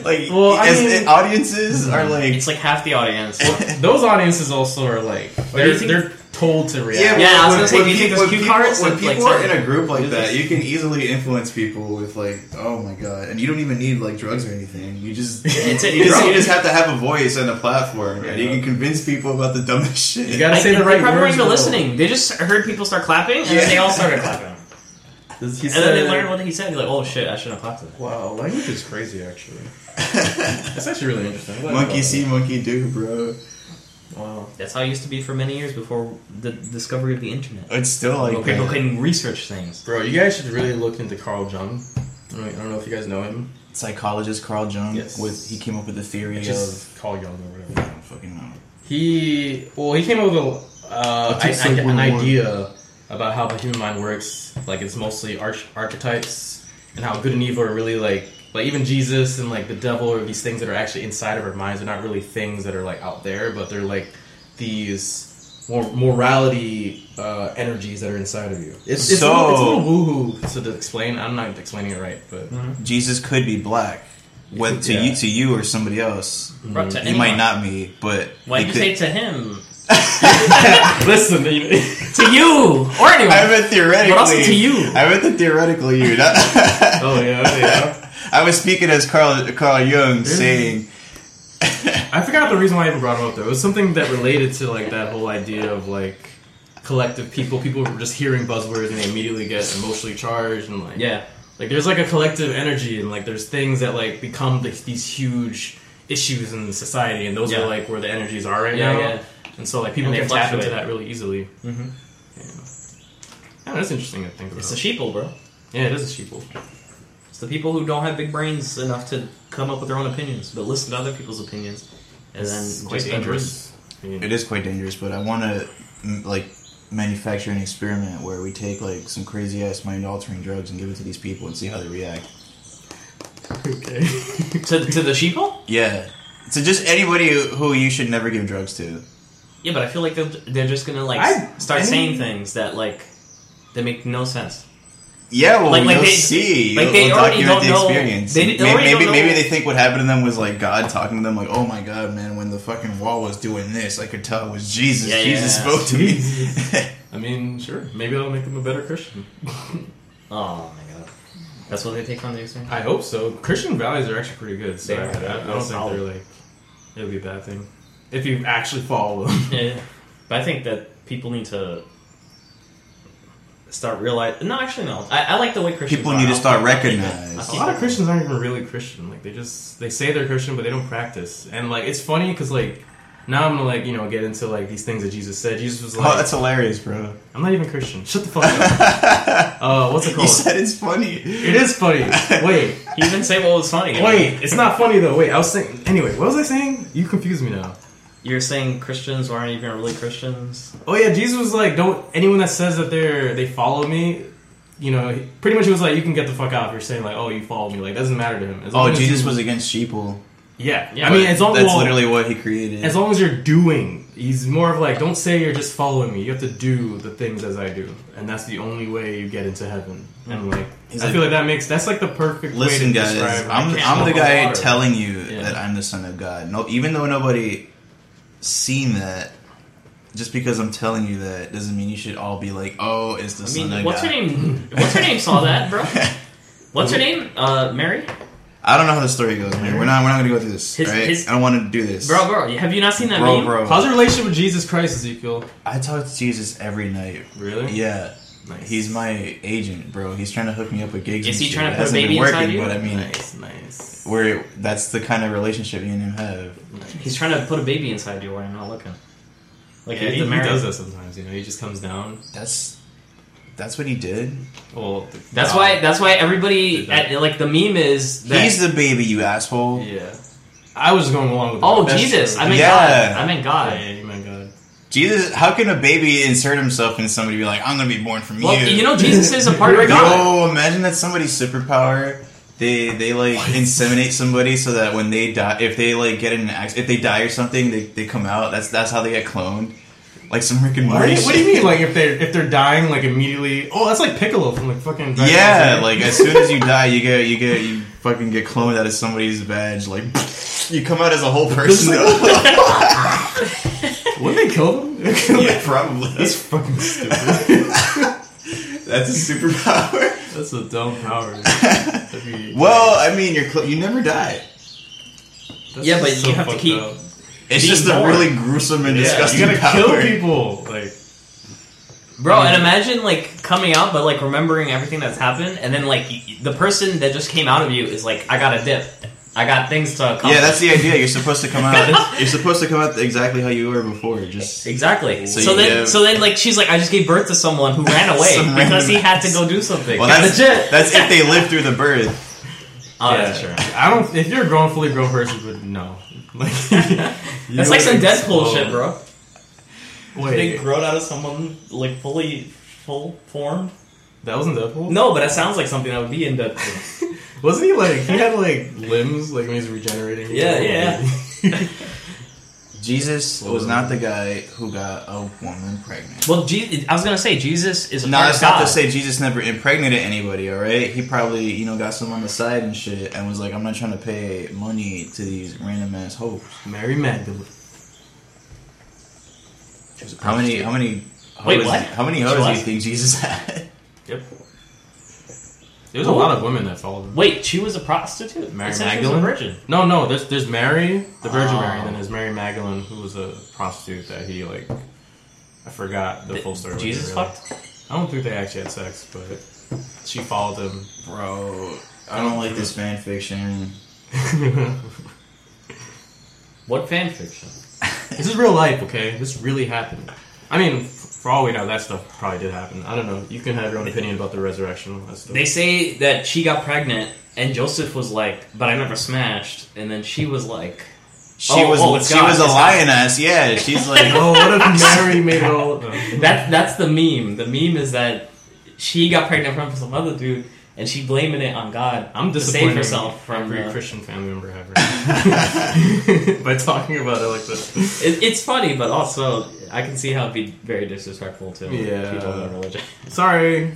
B: like,
C: Well, I
B: as
C: mean-
B: audiences are like,
A: It's like half the audience.
C: Those audiences also are like
A: you
C: they're,
A: think-
C: they're told to react.
B: Yeah,
A: Yeah, I was
B: when-
A: gonna say,
B: when
A: do you think
B: peop-
A: there's
B: when
A: cue
B: people-
A: cards
B: When
A: with, like,
B: people are in
A: something?
B: a group like
A: Is
B: that,
A: this-
B: you can easily influence people with like, oh my god, and you don't even need like drugs or anything. You just
A: It's a-
B: you, just,
A: bro.
B: you just have to have a voice and a platform, and you
C: Yeah.
B: can convince people about the dumbest shit.
C: You gotta
A: I
C: say
A: think
C: the right
A: they probably weren't
C: words.
A: even
C: bro.
A: listening. They just heard people start clapping, and then
B: Yeah.
A: they all started clapping.
C: He
A: And then they
C: said-
A: learned what he said. You're like, oh shit, I shouldn't have clapped to that.
F: Wow, language is crazy, actually.
C: That's actually really interesting. What
B: monkey
C: about
B: see, monkey do, bro.
C: that? Wow.
A: That's how it used to be for many years before the discovery of the internet.
B: It's still like
A: Where
B: that.
A: people can research things.
C: Bro, you guys should really look into Carl Jung. I don't, I don't know if you guys know him.
B: psychologist Carl Jung.
C: Yes.
B: With he came up with the theory of
C: Just Carl Jung or whatever.
B: I don't fucking know.
C: He well, he came up with a, uh,
B: I took
C: I- I-
B: Psych
C: an
B: 101.
C: idea about how the human mind works. Like it's mostly arch- archetypes, and how good and evil are really like like even Jesus and like the devil are these things that are actually inside of our minds. They're not really things that are like out there, but they're like these mor- morality uh, energies that are inside of you. It's, it's a little, it's a
B: So-
C: little woo-hoo to explain. I'm not explaining it right, but
B: Jesus could be black. Whether to
C: Yeah.
B: you, to you or somebody else,
C: Mm,
A: Bro, to
B: he
A: anyone.
B: might not be, but
A: Why
B: he
A: you
B: could-
A: say to him?
C: listen, you-
A: To you! Or
B: I
A: anyone!
B: meant theoretically.
A: But also to you.
B: I meant the theoretical you. Not
C: oh yeah, yeah.
B: I was speaking as Carl Carl Jung saying,
C: I forgot the reason why I even brought him up though. It was something that related to like that whole idea of like collective people. People were just hearing buzzwords and they immediately get emotionally charged and like
A: Yeah.
C: like there's like a collective energy and like there's things that like become like, these huge issues in society and those
A: Yeah.
C: are like where the energies are right
A: Yeah,
C: now.
A: yeah.
C: And so like people
A: And they
C: can tap into
A: fluctuate.
C: that really easily. Mm-hmm. Yeah. Yeah, that's interesting to think about.
A: It's the sheeple, bro.
C: yeah, it is a sheeple.
A: It's the people who don't have big brains enough to come up with their own opinions, but listen to other people's opinions. And then
C: It's quite
A: just agree.
C: dangerous. I mean,
B: "It is quite dangerous, but I want to like manufacture an experiment where we take like some crazy ass mind altering drugs and give it to these people and see how they react."
C: okay.
A: To, to the sheeple?
B: Yeah, so just anybody who you should never give drugs to.
A: Yeah, but I feel like they're, they're just gonna like
F: I-
A: start
F: I
A: saying things that like that make no sense.
B: Yeah, well,
A: Like- like
B: you'll
A: they-
B: see.
A: like
B: you'll,
A: they
B: you'll
A: already
B: document
A: don't know-
B: the experience.
A: they- they
B: May-
A: already
B: maybe
A: don't
B: maybe
A: know-
B: they think what happened to them was like God talking to them, like, "Oh my God, man, when the fucking wall was doing this, I could tell it was Jesus.
A: Yeah, yeah,
B: Jesus
A: yeah.
B: spoke to me."
C: I mean, sure. Maybe that'll make them a better Christian.
A: Oh my god, that's what they take from the experience.
C: I hope so. Christian values are actually pretty good, so
A: They
C: I,
A: are.
C: I- I
A: They're
C: don't think
A: solid.
C: they're like it'll be a bad thing if you actually follow them.
A: Yeah, but I think that people need to start realizing. No, actually, no. I, I like the way Christians
B: People
A: are.
B: need to
A: I'll-
B: start
A: I'll
B: recognizing.
C: A
A: keep
C: lot of
A: it.
C: Christians aren't even really Christian. Like they just they say they're Christian, but they don't practice. And like it's funny because like now I'm gonna like you know get into like these things that Jesus said. Jesus was
B: Oh,
C: like,
B: that's hilarious, bro.
C: I'm not even Christian. Shut the fuck up. uh, what's it
B: You
C: called?
B: said it's funny.
C: it is funny. Wait,
A: He didn't say what was funny.
C: wait. It's not funny though. Wait, I was saying. Anyway, what was I saying? You confused me now.
A: You're saying Christians aren't even really Christians.
C: Oh yeah, Jesus was like, don't anyone that says that they're they follow me. You know, he- pretty much he was like, you can get the fuck out if you're saying like, oh, you follow me. Like, doesn't matter to him. As long
B: Oh,
C: as
B: Jesus
C: you-
B: was against sheeple.
C: Yeah,
A: Yeah,
C: I mean,
A: but
C: it's all
B: That's
C: well,
B: literally what he created.
C: as long as you're doing he's more of like don't say you're just following me you have to do the things as i do and that's the only way you get into heaven and like
B: He's
C: i
B: like-
C: feel like that makes that's like the perfect way
B: Listen,
C: to
B: guys,
C: describe
B: I'm,
C: I can't
B: I'm the
C: walk on
B: guy
C: water.
B: telling you
C: Yeah.
B: that I'm the son of God. No, even though nobody seen that, just because I'm telling you that doesn't mean you should all be like, "Oh, it's the
A: I
B: son
A: mean,
B: of
A: what's
B: God."
A: her name? What's her name? Saw that, bro. What's her name? Uh, Mary.
B: I don't know how the story goes, man. We're not we're not gonna go through this,
A: His-
B: right?
A: his-
B: I don't want to do this,
A: Bro, bro, have you not seen that
B: bro,
A: meme?
B: bro.
C: how's your relationship with jesus christ ezekiel
B: I talk to Jesus every night.
C: really
B: Yeah,
C: nice
B: he's my agent, bro. He's trying to hook me up with gigs.
A: Is
B: and
A: he
B: shit.
A: trying to
B: It
A: put a
B: hasn't been
A: baby
B: working,
A: inside you?
B: But I mean,
C: nice nice
B: we're that's the kind of relationship you and him have.
A: He's trying to put a baby inside you while you're not looking. Like
C: yeah,
A: he's
C: he,
A: the
C: he
A: Mary.
C: does that sometimes you know he just comes down
B: That's that's what he did.
C: well
A: That's
C: God.
A: why.
B: Uh,
A: That's why everybody
C: that.
A: at, like the meme is that.
B: He's the baby, you asshole.
C: yeah i was just going along with
A: oh
C: that. That's
A: Jesus!
C: true.
A: I mean
B: Yeah.
A: God. I mean
C: yeah,
A: God.
C: yeah, you meant god
B: Jesus, how can a baby insert himself in somebody and be like, I'm gonna be born from
A: Well,
B: you?
A: you know Jesus is a part of God.
B: Yo, imagine that's somebody's superpower. They they like inseminate somebody so that when they die, if they like get in an accident, if they die or something, they, they come out. That's that's how they get cloned. Like some Rick and
C: What do,
B: Morty.
C: you, what do you mean? Like if they're if they're dying like immediately? Oh, that's like Piccolo from like fucking. Dragon Ball
B: Yeah,
C: Z.
B: like as soon as you die, you get you get you fucking get cloned out of somebody's badge. Like you come out as a whole person.
C: would they kill them?
B: yeah, probably.
C: that's fucking stupid.
B: That's a superpower.
C: That's a dumb power.
B: Well, I mean, you're cl- you never die.
A: Yeah, but you have to keep-
B: It's
A: Being
B: just a
A: born.
B: really gruesome and
C: Yeah, you
B: disgusting
C: gotta
B: power.
C: kill people. Like
A: Bro, and imagine like coming out, but like remembering everything that's happened, and then like y- the person that just came out of you is like, I got a dip. I got things to accomplish.
B: Yeah, that's the idea. You're supposed to come out. You're supposed to come out exactly how you were before. Just
A: exactly.
B: So
A: So,
B: you
A: then,
B: have-
A: so then, like she's like, I just gave birth to someone who ran away
B: Some
A: because he
B: random
A: had to go do something.
B: well, that's
A: legit.
B: that's if they live through the birth.
A: oh,
C: yeah,
A: that's true.
C: I don't. If you're a grown, fully grown person, would no. Like
A: That's like some Deadpool shit, bro. They
C: Wait,
A: growed out of someone like fully full formed.
C: that wasn't Deadpool.
A: No, but that sounds like something that would be in Deadpool.
C: wasn't he like he had like limbs like when he's regenerating?
A: Yeah, yeah.
B: Jesus was not the guy who got a woman pregnant.
A: well, Je- I was gonna say Jesus is a
B: No,
A: part
B: that's
A: of God.
B: not to say Jesus never impregnated anybody. All right, he probably you know got some on the side and shit, and was like, I'm not trying to pay money to these random ass hoes.
C: Mary Magdalene.
B: How many? How many? Hoes,
A: Wait, what?
B: How many
A: She
B: hoes do
A: what?
B: you think Jesus had?
C: Yep. There's a lot of women that followed him.
A: Wait, she was a prostitute.
C: Mary
A: It says she was
C: Magdalene?
A: a virgin.
C: No, no. There's there's Mary, the Virgin Mary,
A: Oh.
C: and then there's Mary Magdalene, who was a prostitute that he like. I forgot the full story. with
A: Jesus
C: her, really.
A: fucked.
C: I don't think they actually had sex, but she followed him.
B: Bro, I don't like this fan fiction.
A: What fan fiction?
C: this is real life, okay? This really happened. I mean, f- for all we know, that stuff probably did happen. I don't know. You can have your own opinion about the resurrection. and all That stuff.
A: They say that she got pregnant, and Joseph was like, "But I never smashed." And then she was like,
B: She
A: Oh,
B: was
A: oh, it's
B: she
A: God,
B: was a
A: it's God.
B: lioness. Yeah, she's like
C: oh, what if Mary made all?
A: "That that's the meme. The meme is that she got pregnant from some other dude, and she blaming it on God.
C: I'm
A: to
C: disappointed
A: save herself from
C: every
A: the-
C: Christian family member ever by talking about it like this.
A: It, it's funny, but also I can see how it'd be very disrespectful to
C: Yeah.
A: people in their religion.
C: Sorry,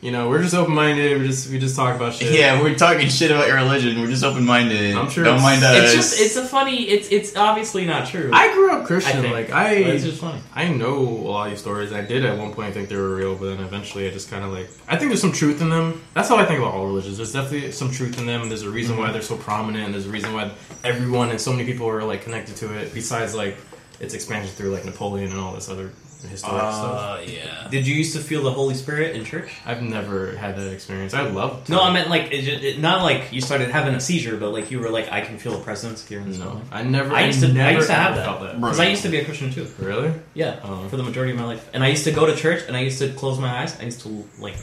C: you know we're just open minded. We just we just talk about shit.
B: Yeah, we're talking shit about your religion. We're just open minded.
C: I'm sure
B: Don't
C: it's-
B: mind us.
A: It's just it's a funny. It's it's obviously not true.
C: I grew up
A: I
C: Christian.
A: think.
C: like
A: But
C: I
A: it's just funny.
C: I know a lot of these stories. I did at one point think they were real, but then eventually I just kind of like. I think there's some truth in them. That's how I think about all religions. There's definitely some truth in them. There's a reason
A: Mm-hmm.
C: why they're so prominent. And there's a reason why everyone and so many people are like connected to it. Besides like its expansion through like Napoleon and all this other historic
A: Uh,
C: stuff.
A: yeah. Did you used to feel the Holy Spirit in church?
C: I've never had that experience. I love.
A: No, I meant like it, ju- it, not like you started having a seizure, but like you were like I can feel a presence here in this
C: No,
A: building.
C: I never.
A: I used to
C: never,
A: I used to have
C: ever
A: that
C: felt that.
A: because I used to be a Christian too.
C: Really?
A: Yeah,
C: Oh.
A: for the majority of my life, and I used to go to church and I used to close my eyes. I used to like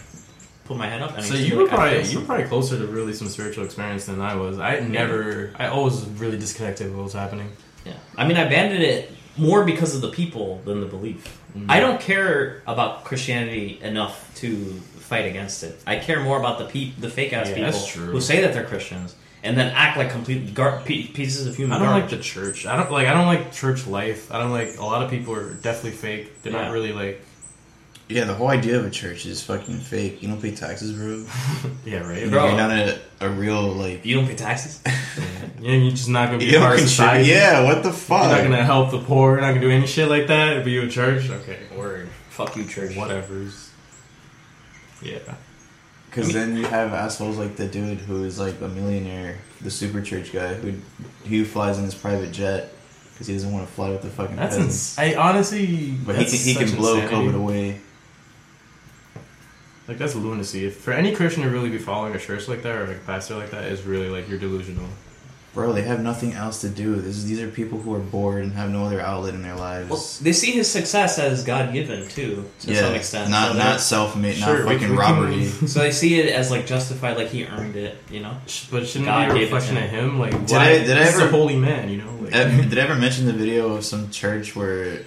A: put my head up. And I
C: So
A: used to
C: you
A: be
C: were
A: like, I
C: probably
A: feel
C: you were probably closer to really some spiritual experience than I was. I never. I always was really disconnected with what was happening.
A: Yeah. I mean, I abandoned it more because of the people than the belief.
C: Mm-hmm.
A: I don't care about Christianity enough to fight against it. I care more about the peop the fake ass
C: Yeah,
A: people
C: that's true.
A: who say that they're Christians and then act like complete gar- pe- pieces of human
C: I don't like
A: garbage.
C: the church. I don't like. I don't like church life. I don't like. A lot of people are definitely fake. They're
A: Yeah.
C: not really like.
B: yeah, the whole idea of a church is fucking fake. You don't pay taxes, bro.
C: Yeah, right.
B: You're
A: Bro.
B: not a, a real, like.
A: you don't pay taxes.
C: Yeah, you're just not gonna be
B: You
C: a part
B: don't
C: of
B: contribute.
C: society.
B: Yeah, what the fuck?
C: You're not gonna help the poor. You're not gonna do any shit like that. If you're a church, okay,
A: Word. Fuck you, church.
C: whatever's. Yeah.
B: Because then you have assholes like the dude who is like a millionaire, the super church guy who who flies in his private jet because he doesn't want to fly with the fucking
C: That's
B: peasants.
C: ins- I honestly.
B: But he
C: that's
B: can, he
C: such
B: can blow
C: insanity.
B: COVID away.
C: Like that's lunacy. If, for any Christian to really be following a church like that or like, a pastor like that is really like you're delusional.
B: Bro, they have nothing else to do. This is, these are people who are bored and have no other outlet in their lives.
A: Well, they see his success as God given too, to
B: yeah,
A: some extent.
B: not
A: so
B: not self made,
C: Sure,
B: not
C: we-
B: fucking
C: we can-
B: robbery.
A: they- so they see it as like justified, like he earned it. You know.
C: Sh- But shouldn't
A: God
C: it be
A: gave
C: a
A: it to
C: reflection of him. Like,
B: Did
C: why?
B: I- did I
C: this is
B: ever- Eh.
C: a holy man, you know? Like,
B: Ev- Did I ever mention the video of some church where,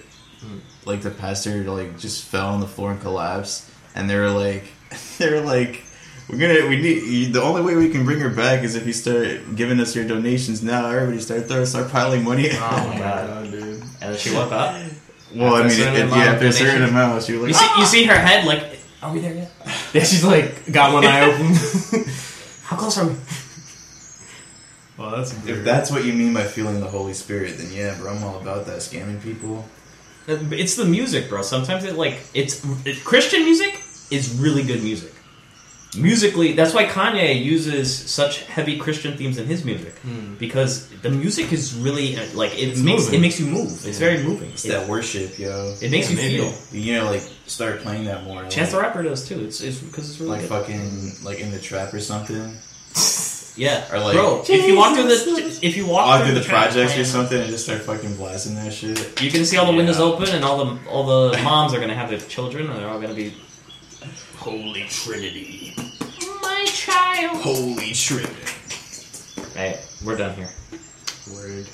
B: like, the pastor like just fell on the floor and collapsed, and they were like, they were like, we're gonna, we need you- the only way we can bring her back is if you start giving us your donations now. Everybody start throwing, start piling money.
A: Oh my god.
C: dude.
A: And then she woke up.
B: well, I
A: After a
B: mean,
A: certain
B: if,
A: amount
B: yeah,
A: of
B: after a certain
A: donations.
B: amount, you're
A: You
B: like,
A: see, you see her head like. Ah! Are we there yet?
C: Yeah, she's like got one eye open.
A: How close are we?
C: well, that's
B: if
C: weird.
B: that's what you mean by feeling the Holy Spirit, then yeah, bro, I'm all about that scamming people.
A: It's the music, bro. Sometimes it like it's it, Christian music is really good music. Musically, that's why Kanye uses such heavy Christian themes in his music because the music is really uh, like it makes
C: moving.
A: it makes you move. It's very moving.
B: It's
A: It,
B: that worship, yo.
A: it makes
C: Yeah,
A: you
C: maybe.
A: feel.
B: You know, like start playing that more. Like,
A: Chance the Rapper does too. It's it's because it's really
B: like
A: good.
B: fucking like in the trap or something.
A: yeah,
B: or, like-
A: bro. If you walk through the if you walk
B: walk through the
A: traffic
B: projects or
A: lane,
B: something and just start fucking blasting that shit.
A: You can see all the
B: Yeah.
A: windows open, and all the all the moms are gonna have their children, and they're all gonna be
F: Holy Trinity.
A: my child.
B: Holy shit.
A: Hey, we're done here.
C: Word.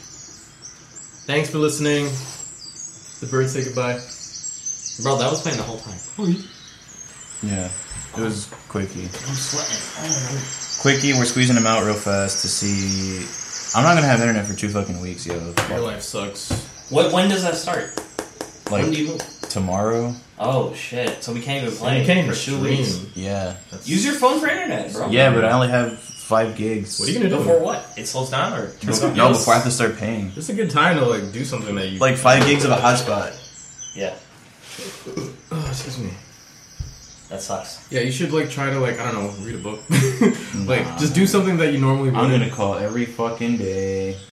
C: Thanks for listening. The birds say goodbye.
A: Bro, that was playing the whole time.
B: Yeah. It was quickie.
A: I'm sweating.
B: Quickie, we're squeezing them out real fast to see. I'm not gonna have internet for two fucking weeks, yo.
C: Your life sucks.
A: What? When does that start? when do you move?
B: tomorrow.
A: Oh shit! So we can't even play.
C: You can't
A: for
C: even
A: two
C: stream.
A: weeks.
B: Yeah.
A: Use your phone for internet, bro.
B: Yeah, but I only have five gigs.
C: What are you gonna do?
A: Before what? It slows down or turns off?
B: No, before I have to start paying.
C: It's a good time to like do something that you
B: Like five gigs of a hotspot.
A: Yeah,
C: Oh, excuse me.
A: that sucks.
C: Yeah, you should like try to like I don't know read a book. like just do something that you normally
B: I'm
C: wouldn't.
B: gonna call every fucking day.